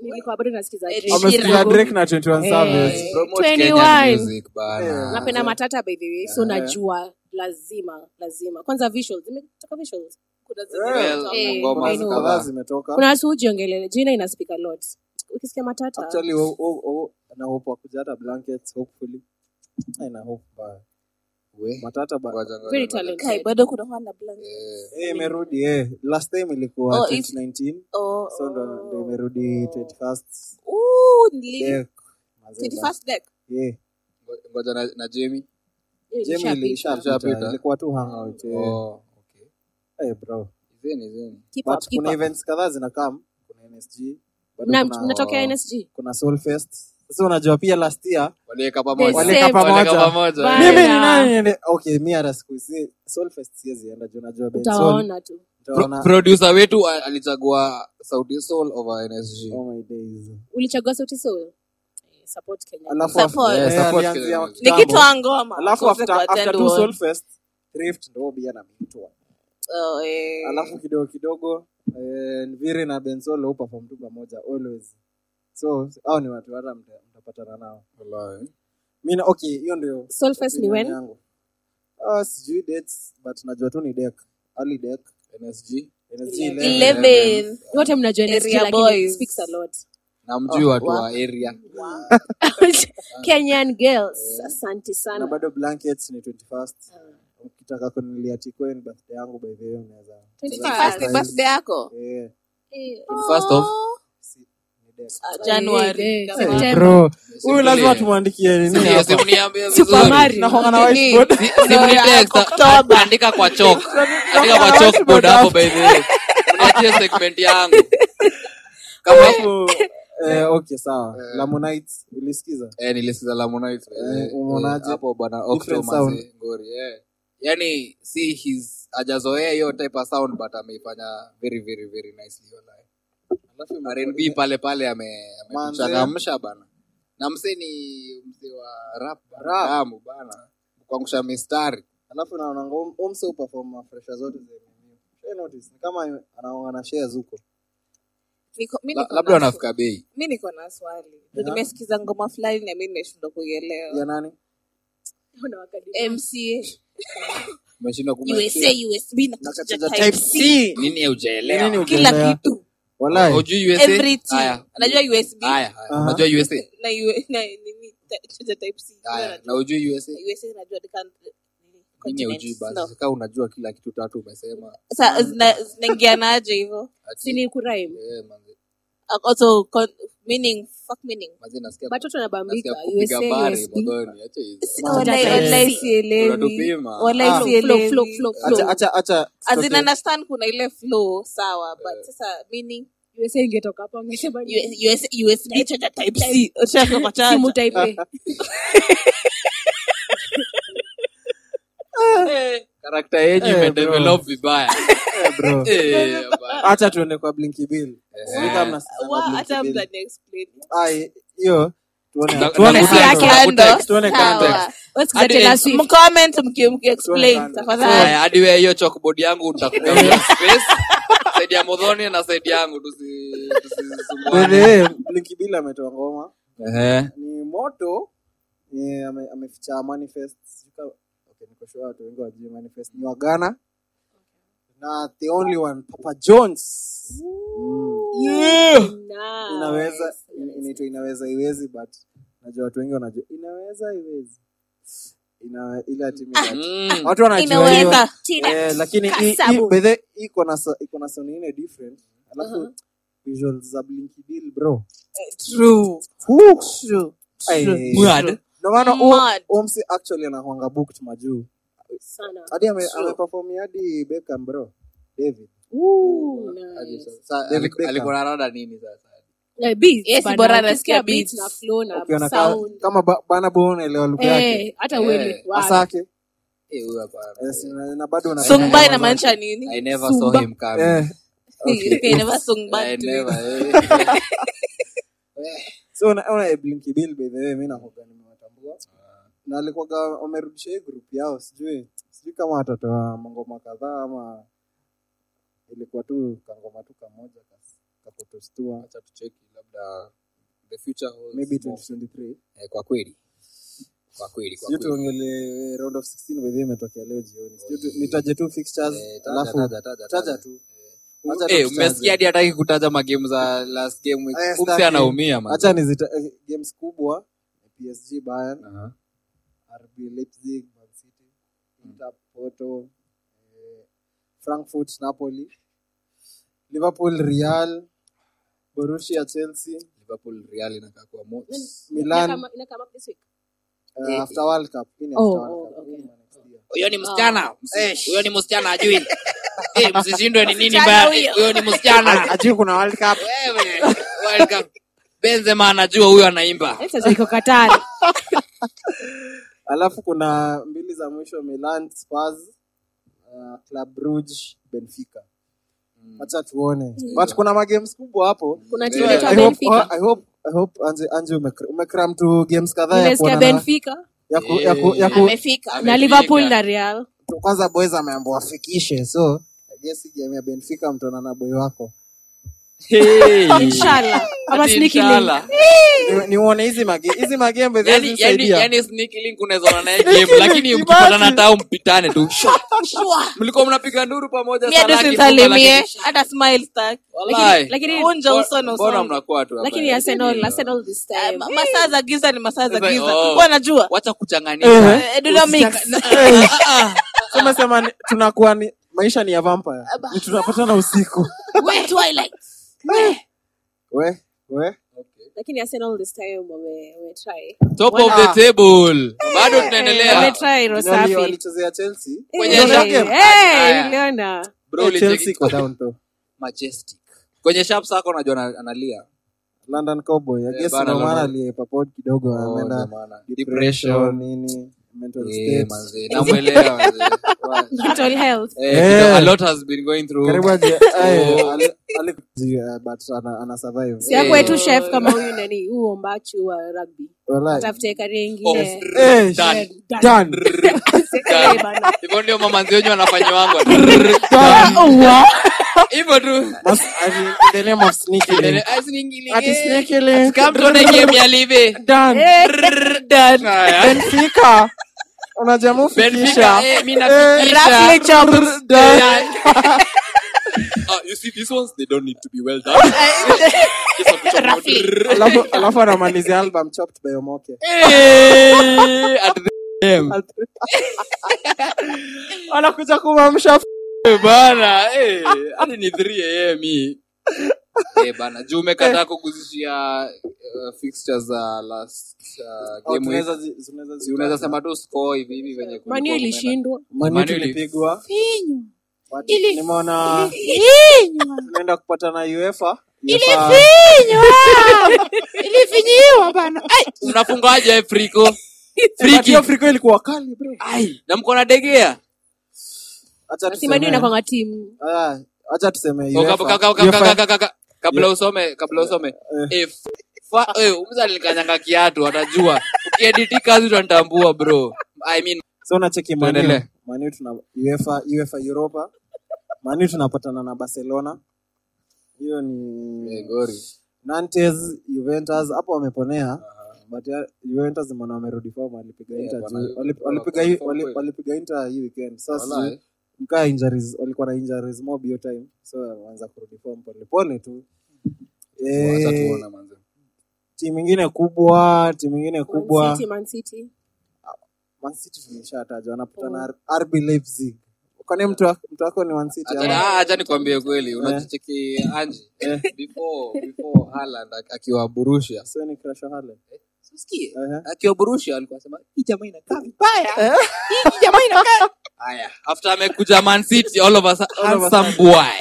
nilikuwa bado nasikiza
Eh,
Drake.
amesikiza drake na 21 savage
Promote
21.
Kenyan music bana
Eh.
napenda matata by the way so
Yeah.
najua lazima lazima kwanza visuals zimetoka visuals
kuna
Well,
zingine
Eh,
ngoma
I know.
kadhaa
kadhaa.
zimetoka
kuna wasi ujiongelele jina ina speak a lot ukisikia matata
actually ho- ho- ho- na hope wakuja hata blankets hopefully Eh, na hope ba
We,
matata ba
ngoja, ngoja,
very
ngoja.
kai
talented
bado kuna wana blank
Eh,
eh imerudi eh last time ilikuwa
Oh, it's-
2019
oh
so ndo ndo imerudi Eh, 21st
oh nili
deck Mazee ba.
21st deck
yeah
ngo- ngoja na- na Jimmy.
Eh, Jamie ili- ishapita
Ishapita.
ilikuwa tu hangout eh
Oh, okay.
eh bro
Izeni, izeni.
Keep up,
but
keep
kuna
up.
events kadhaa zinakam kuna NSG bado
Na-
kuna-
mnatokea nsg
kuna Soulfest sasa unajua pia last year
Waliweka pamoja.
Wali-
waliweka
Same.
Waleka
pamoja
pamoja
Bye.
mimi ni
Bana.
nani niende- okay mi hata siku si Soulfest siwezi enda juu najua Ben Soul
utaona tu
Pro-
utaona
producer wetu
Wa- alichagua sauti soul over nsg
oh my days
ulichagua sauti sol support kenya
alafu af-
Support.
eh,
Yeah, support
alianzia
Kenya
wa
Music.
kitambo.
nikitoa ngoma
alafu
kote
after
kwa
after
attend
two
one.
Soulfest Rift ndo bia na mtua
Oh, eh.
alafu kidogo kidogo eh, Nviri na Benzolo perform tu pamoja always so au ni watu hata mta- mtapatana nao
Wallahi.
mimi okay hiyo ndio
solfest ni
opinion
when
yangu ah sijui dates but najua tu ni deck early deck
nsg
NSG 11.
Eleven.
11
wote mnajua NSG,
Area
lakini
boys.
speaks a lot
namjui
Oh,
watu wa area
kenyan girls asante
na
sana
bado blankets ni 21st ukitaka kunilia tikoen birthday yangu by the way unaweza
21st.
First ni birthday yako
eh
Eh, oh,
first off
si- ni deck
Ah, January
eh,
Januari.
September.
bro huyu lazima tumwandikie nini
Yes,
hapa.
uniambie
Super
vizuri.
Mario.
Na kwa na
Nini?
whiteboard.
Si- si mnitext,
Oktoba.
andika kwa chalk. andika
Naona
kwa chalkboard
whiteboard
hapo
hapa.
by the way. Niachie segment yangu
Alafu, eh, okay sawa lamonite ulisikiza
Eh, nilisikiza Harmonize, eh,
umeonaje?
eh, hapo bwana
Different
Octo
sound.
Mazee, Ngori, eh. yani si his hajazoea hiyo type of sound but ameifanya very very very nicely hiyo line. R&B pale pale ame-
Manze.
amechangamsha bana na msee ni msee wa rap bana, damu bana kuangusha mistari
alafu um, naonanga umse upefoma fresha zote zenye- Hey, notice, ni kama anaonga na shares huko
Niko- mi
La-
niko
labda
na-
wanafika bei
mi niko na swali Ndio nimesikiza ngoma fulani na mi nimeshindwa kuielewa
ya nani
Eh,
mca
umeshindwa
usa
kumwachia.
usb na
Na
kuchuja
kachuja
type c
nini ya
Ni nini
ujaelewa
kila
ukiendelea?
kitu
Walai.
Hujui USA?
everything
Haya.
najua usb
Haya, haya.
Aha.
unajua USA?
na U- na nini ta- chuja type c
Haya, na
najua
hujui USA?
USA najua the country- nini,
Nini ya
continents.
ujui basi?
No.
Kaa unajua kila kitu tatu umesema
Sa- zina- zinaingianaje hivyo
sini kurime
Eh, manze.
Uh, also con- meaning fuck meaning
Manze, nasikia-
watoto
nasikia
wanabambika
kupiga
USA,
bari
USB.
modoni, acha hizo.
Walai-
Type
walai
C.
sielewi.
Unatupima.
Walai
Ah.
Flow, flow, flow,
sielewi.
flow,
Acha-
flow.
acha- acha
As in
tutoke-
understand kuna ile flow sawa but sasa meaning
USA ingetoka hapa ungesema ni-
US- USB charger type C. Ushaeka kwa charger.
simu type A.
karakta yenyu
Eh,
imedevelop vibaya
Eh, bro.
Eh, bana.
acha tuende kwa blinky bill Sijui kama mnasikiza
Wa-
Blinky
hata
Bill.
mtani explain.
Ai, hiyo tuone
Na-
tuone
na-
kando.
na-
Kando,
context,
tuone
sawa.
context.
What's
Hadi
that, Taylor
ex-
Swift?
mcomment mki- mkiexplain
Tuende
Haya,
tafadhali
hadi we hiyo chokbod yangu nitakupa hiyo space saidi ya modhoni na saidi yangu tusi-
By the
tusisumbuane
way, Blinky Bill ametoa ngoma
Ehe.
ni moto ni ame- ameficha manifest Sijui kama- okay, niko sure watu wengi wajui manifest ni wagana na the only one papa jones Mm.
Nice.
inaweza in- inaitwa inaweza iwezi but najua watu wengi wanajua inaweza iwezi Ina- ile ati mimi-
Mm.
watu wanajua hiyo
inaweza
eh, lakini hii- hii-
Ah. Kasabu.
by the way, hii iko na sa- iko na sound ingine different
Uh-huh.
alafu visuals za Blinky Bill, bro
true
Whew.
true
Ai,
true.
Mad.
ndio maana
Mad.
o- OMC actually anakuanga booked majuu
Sana.
hadi ame-
True.
ameperform hadi Beckham bro David
Ooh,
Aje
nice.
sasa. Sa-
David
aliku-
Beckham.
alikuwa na rada nini sasa
Na beats,
Yes,
bana.
bora
Ukisikia
nasikia
beats
beats.
na flow na
ukiona ka-
Um, sound.
kama ba- bana Boy unaelewa lugha yake
Eh, hata
Eh.
wewe. Wow.
asake
Eh, huyu hapana.
Eh, si- na na bado unapenda
sungba
ngoma
inamaanisha
zake.
I
nini
never saw
Sumba.
him coming.
Eh,
You can never sung back
I
to
never,
it.
eh.
so una- una eh, Blinky Bill by the way mimi nakuanga nimewatambua na alikuwaga wamerudisha hii group yao sijui sijui kama watatoa mangoma kadhaa ama ilikuwa tu kangoma tu kamoja kas- kakutostua
Acha tucheki labda the future holds
maybe
more.
2023
Eh, kwa kweli kwa kweli kwa
sijui
kweli
tuongele round of 16 by the way imetokea leo jioni sijui tu- nitaje tu fixtures
Eh, taja,
alafu
taja, taja,
taja
taja.
tu Acha
Eh,
tu
mmesikia
tutaje.
hadi hataki kutaja magemu za last game week.
Eh,
Huyu msee
sitaki.
anaumia man.
acha nizita eh, games kubwa PSG Bayern
Aha.
RB Leipzig, Man City, Inter, Porto, eh, Frankfurt, Napoli, Liverpool, Real, Borussia, Chelsea,
Liverpool Real inakaa kuwa moto.
Milan.
Ina come up this week.
Uh, after World Cup, hii ni
Oh,
after
oh,
World Cup. Hii ni next year.
huyo ni msichana
Oh, eh,
Msi- huyo ni msichana ajui Eh, msishindwe ni nini baya huyo ni msichana
Ah, Ajui kuna World Cup.
Wewe, World Cup. benzema anajua huyo anaimba
Eh, sasa iko Qatar.
Alafu kuna mbili za mwisho Milan, Spurs, uh, Club Brugge, Benfica. Acha tuone. But kuna magames kubwa hapo.
Mm. Kuna timu
So, I
inaitwa
I hope
Benfica.
I hope I hope Anje Anje umekra- umekram tu games kadhaa ya
Nimesikia
kuona na
Benfica
ya ku, ya ku, ya
Eh.
ku,
amefika
na Liverpool na Real.
tu- kwanza boys ameambia wafikishe so I guess hii game ya benfica mtaona na boy wako
Inshallah. Ama
Ati
sneaky link.
inshallah.
Ni- niuone hizi mage hizi magembe
Yaani- yaani- yaani sneak link unaweza ona naye game, lakini
link,
mkipatana
imagine.
tao mpitane tu Shwa! mlikuwa mnapiga nduru pamoja
mi hadi
salaki, funga,
simsalimie
lakini-
hata smile stack
Wallahi.
Lakini
unja uso na
mbona
usongo
mnakuwa tu hapa? Yaani,
lakini Arsenal, Arsenal this time.
Ma- masaa za giza ni masaa za
Sasa,
giza
oh.
tulikuwa najua
wacha kuchanganyika Ah,
Eh, dynamics.
tumesema tunakuwa ni maisha ni ya vampire ni tunapatana usiku
We, Twilight.
we we
lakini arsenal this time wame- wametry
top of the table bado tunaendelea
wametry
Wali-
rosafi
walichezea Chelsea.
Kwenye
Eh,
shop-
eh,
Haya.
uliona
Bro,
Eh,
ulicheki-
Chelsea iko down though.
majestic kwenye shap sako najua ana- analia
London Cowboy. I guess
bana,
ndio maana
London.
aliyepa pod kidogo
Oh,
ameenda
ndio maana.
depression nini mental
Eh,
states.
manze, namwelewa manze.
mental health
Eh,
Eh.
kidogo, a lot has been going through.
Karibu aje- aye,
Oh.
ali- alikuja, but ana- ana survive.
si hakuwe tu
Eh.
chef kama huyu nani huo mbachu wa rugby
Walai.
atafute karia
Oh,
ingine
Eh,
Done.
done.
Sekere bana.
hivyo ndio mamanzi wenyu wanafanya wangu
Ah, oh,
hivyo tu
Mas- I mean, in the name of sneaky link. Ati sneaky link.
kamtonaiemialive
Done.
Eh.
Benfica.
benfica
Unajua amufikisha.
eh, mi
Eh,
nafikisha
done.
eh,
Ah, you see, these ones, they don't need to be well done. Just have to chop them out.
Alafu- alafu anamalizia album chopped by Omoke.
Eh, at the end.
anakuja kumamsha
Eh, bana, eh, hadi ni 3 AM hii.
Eh, bana juu umekataa kuguzishia uh, fixtures za last uh,
Oh,
game week Si unaweza sema tu score hivi hivi venye kulikuwa
manu
kumeenda.
ilishindwa
Manu
Manu
tulipigwa But
Ili-
nimeona tunaenda kupata na uefa
ilifinyiwa bana
unafungaje eh, friko
But hiyo friko ilikuwa kali bro
Ai, na mko na Oh, degea
acha
si manu
tuseme
inakwanga timu
Ah, acha tuseme
Oh, kab-
UEFA.
kab- kab- kab-
UEFA,
kab- kab- kabla usome kabla usome Eh, f- fa- eh, umza alinikanyanga kiatu atajua ukiediti kazi utanitambua bro I mean,
so nacheki Manu.
Tuendelee.
Manu tuna uefa uefa europa manu tunapatana na barcelona hiyo ni
Eh, gori.
nantes juventus hapo wameponea but ya- juventus mbona wamerudi form walipiga inter
Eh, bwana,
juu-
Juve
wali- walipiga
wako
hii-
form
wali-
kweli.
walipiga inter hii weekend sasa
Walai.
mkaa injuries walikuwa na injuries mob hiyo time so waanza kurudi form polepole tu
Wacha
eh
tuone manze.
timu ingine kubwa timu ingine kubwa
mancity mancity
Man City tumeshatajwa wanapatana na RB Leipzig kwani mtu wako- mtu wako ni Man City
Acha-
ama
ah, acha nikwambie kweli unajicheki anji before before Haaland ak- akiwaburusha
sio ni crash hale
Usikie?
Ehe.
akiwaburusha alikuwa asema hii jamaa inakaa
haya after amekuja man city all of a su- handsome boy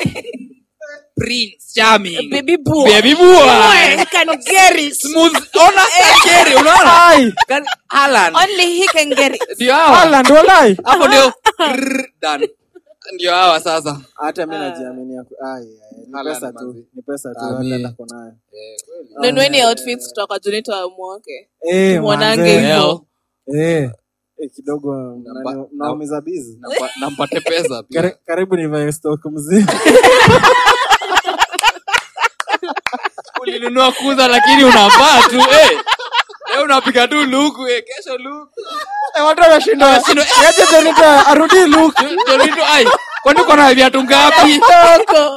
prince charming
baby boy
baby boy
Boy, can get it.
smooth ona tajiri unaona
ai
Kan- Haaland
only he can get it
ndio hawa
hala ndio lai
hapo ndio Grrr, done. ndio hawa sasa
hata mimi najiamini ya ku- ai ai, ni
Ah. Haaland,
pesa tu
manzi.
ni pesa tu
Ah, mi-
Haaland ako nayo
eh, kweli
nunueni outfits kutoka junito amwoke
eh
Tumuonange
manze.
hivyo.
well
eh eh, kidogo
Namba-
nani- naumiza bizi
Nampa- nampate pesa
Kari-
pia
karibu nivae stock mzima
ulinunua kuza lakini unavaa tu eh leo unapiga tu luku eh kesho luku
Eh, watu wanashinda yaje Jonita arudi look
jolito ai kwani uko na viatu ngapi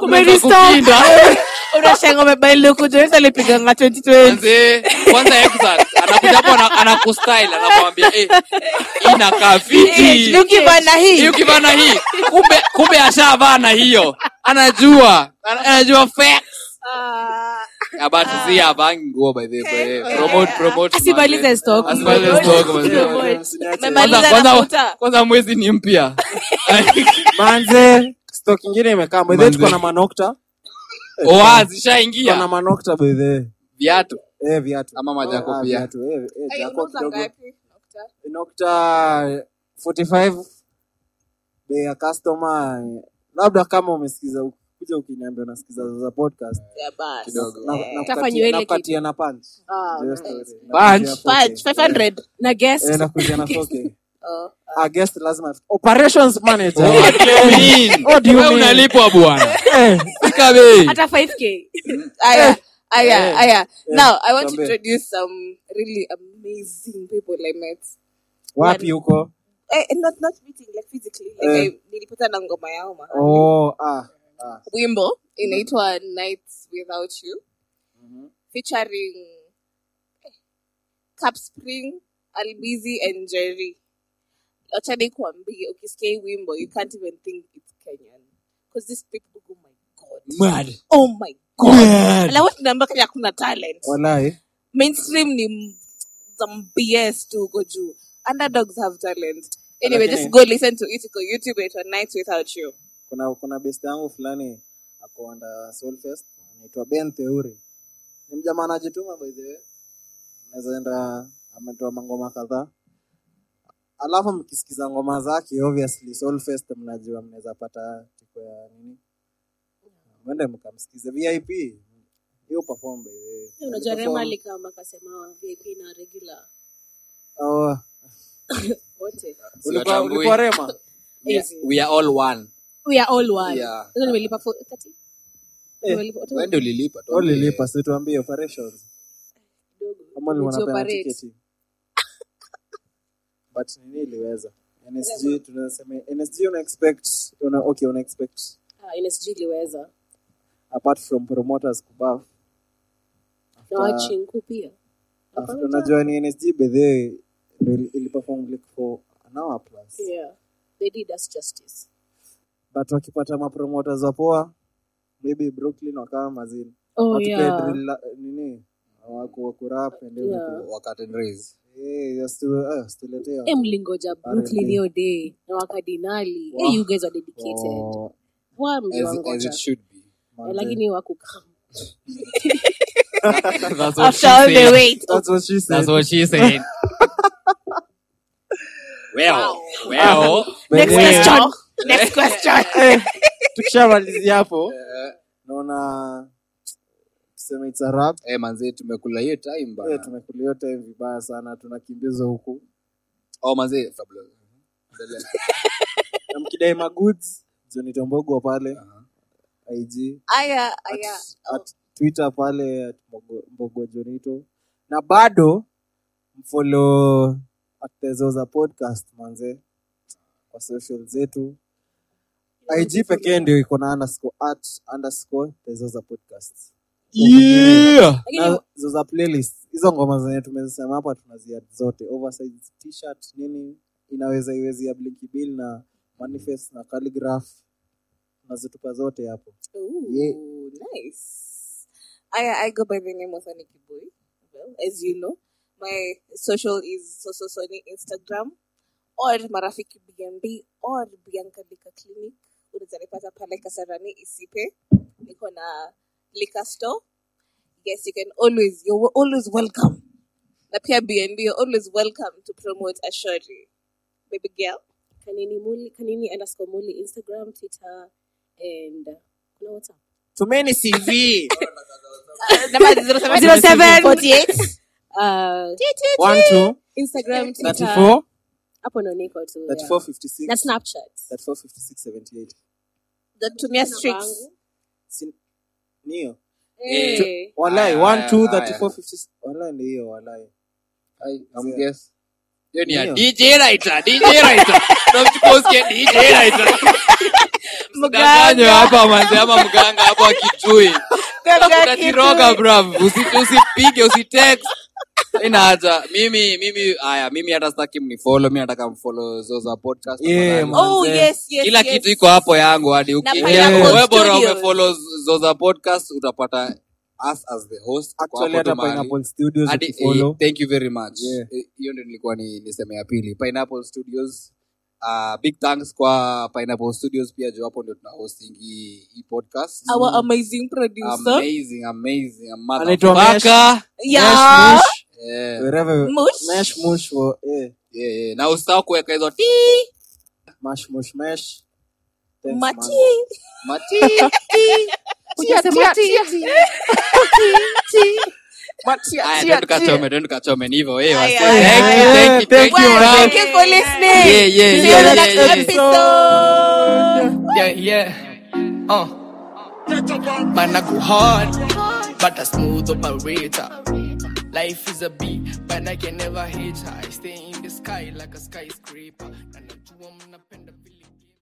kumerista unashanga umebailukujolitalipiganga 2020
Manze, kwanza exact anakuja hapo ana- anakustyle anakuambia eh inakaa
Eh,
fiti
ukivana hii
hiyo kivana hii kumbe kumbe ashavaa na hiyo anajua ana- anajua facts
Ah,
about zia havangi nguo by the way promote promote
Ah,
asimalize
manze.
stock
Asimalize stock, manze. Kwanza-
Maliza
kwanza-
nafuta.
kwanza mwezi ni mpya
manze stock ingine imekaa mwezi
Manze.
tuko na manokta
oa
tuko na
zishaingia
manokta by the way
viatu
Eh, viatu.
Ama majako
Ah,
pia.
viatu, eh, eh,
Hey,
jako
unauza
kidogo.
ngapi? Nokta.
Nukta 45 bei ya customer eh, labda kama umesikiza kuja ukiniambia unasikiza za podcast
Ya basi.
na-
Eh.
na-
Tafa
nakukatia-
nywele
nakukatia na punch
Ah,
Ndio story.
Punch?
Nakujia 4K.
Fudge, 500 na guest
Eh, nakujia na 4K.
Oh.
Ah, guest lazima Oh, ah. operations manager
What do you mean?
What do you
Wewe
mean?
unalipwa bwana
Eh,
Fika bei.
hata 5k
Aya, aya,
Eh.
aya. Now, I want to
Tuambie.
introduce some really amazing people I met.
wapi huko
Eh, not, not meeting, like physically. Like,
Eh.
I- nilipata na ngoma yao mahali.
oh ah ah
wimbo inaitwa nights without you featuring eh, cap spring albizi and jerry wachani kuambie ukisikia hii wimbo you can't even think its kenyan because these people oh my god
Mad.
oh my god alafu tunaambia kenya kuna talent
walai
mainstream ni m- some bs tu huko juu underdogs have talent anyway
Lakini-
just go listen to it iko youtube it night without you
kuna kuna best yangu fulani ako under Soulfest anaitwa Ben Theuri. Ni mjamaa anajituma by the way. Anaweza enda ametoa mangoma kadhaa. Alafu mkisikiza ngoma zake obviously Soulfest mnajua mnaweza pata tiko ya nini. Mwende mkamsikize VIP. Hiyo perform by the way.
unajua
Aliperform-
rema alikama akasema vip na regular
Oh,
wote
ulikuwa ulikuwa Rema.
We are- we are all one
we are all one
Yeah.
sasa nimelipa for 30 Nimelipa-
wende ulilipa tu.
Ulilipa si tuambie operations. Kama ulikuwa unapeana
Umeji-operate.
tiketi. But nini iliweza? NSG tunasema NSG una expect una okay una expect
Ah, nsg iliweza
apart from promoters kubuff.
na
Uh,
wachinku pia
After unajua ni NSG bedhe iliperform like for an hour plus.
yeah they did us justice
But wakipata mapromoters wapoa maybe Brooklyn wakawa mazini.
oh
Watupe
yeah
drill la- nini? Waku waku rap and
Yeah.
everything.
Wakati and raise.
Eh, just to uh, still there.
Eh, mlingoja brooklyn
R&B.
hiyo day na wakardinali Eh, you guys are dedicated
Oh,
wa
As, as
mliwangoja
it should be
Eh, lakini wakukam
That's what
after
she
all the
said.
wait
That's what she said.
That's what she said. well, well,
next
By the way,
question next question
tukishamalizia hapo naona tuseme it's a wrap.
eh manzi tumekula hiyo time bana.
Eh, tumekulia time vibaya sana tunakimbizwa huku
oh manzi kabla Endelea.
na mkidai magoods joni tombogo pale Uh-huh. ig
aya
Ah,
aya
at, at twitter pale at Mbogo- mbogo jonito na bado mfolo atezoza podcast manze kwa social zetu ig pekee ndio iko na underscore at underscore tezoza podcast
yeah.
na zoza playlist hizo ngoma zenye tumezisema hapa tunazia zote oversize t-shirt nini inaweza iwezi ya blinky bill na manifest na calligraph tunazitupa zote hapo
Ooh,
Yeah.
nice. I I go by the name of Aniki Boy. Well, as you know, my social is so Sony Instagram or Marafiki BNB or Bianca Lika Clinic. Unaweza nipata pale Kasarani Isipe. Niko na liquor store. Yes, you can always you're always welcome. Na pia BNB you're always welcome to promote Ashori. Baby girl.
kanini muli kanini underscore muli instagram twitter and uh, kuna whatsapp
tumeni cv
Number 07
uh,
One, two,
instagram twitter
34,
hapo ndo niko tu yeah.
34, 56,
na snapchat
34, 56, 78.
Tumia streaks.
Si- niyo
Eh.
walai
Ah,
Aya,
one, two,
aya,
34, 56. walai ni hiyo walai
Ai, I'm guess.
Hiyo ni ya
Ndio.
DJ writer, DJ writer. Tunamchukua usikie DJ writer. Mdanganywa hapa manzi ama mganga hapo akijui. Kuna kiroga brav. Usi- Usipige, usitext. Ina haja. Mimi mimi haya, mimi hata sitaki mnifollow, mimi nataka mfollow Zoza podcast.
Yeah,
afadhali.
man.
Oh
Manze.
yes, yes.
Kila
yes.
kitu iko hapo yangu hadi ukiingia
Pineapple
wewe bora
Studios.
umefollow Zoza podcast utapata us as the host kwa
actually
hapo tu
hata
mahali.
pineapple studios
Hadi-
ukifollow
eh, thank you very much
Yeah.
Eh, hiyo ndio nilikuwa ni niseme ya pili pineapple studios uh, big thanks kwa pineapple studios pia juu hapo ndio tuna hosting hii hii podcast Mm.
our amazing producer.
amazing amazing
Anaitwa Mesh.
motherfucker
yeah.
Mesh, mush,
yeah,
wherever
Mush.
mesh mush wo- eh
yeah, yeah. na usitaka kuweka hizo ti
mash mush mesh Thanks, man.
Mati.
mati Aya, twende tukachome twende tukachome ni hivyo wewe wasi
Aya,
thank you
aya.
thank you thank
Thank
you
Well,
Rob.
thank you for listening.
yeah yeah
See you
yeah
in the
yeah,
next
yeah.
episode.
Yeah, yeah. Uh. Man, I go hard, but I smooth operator. Life is a beat, but I can never hate her. I stay in the sky like a skyscraper. And I do 'em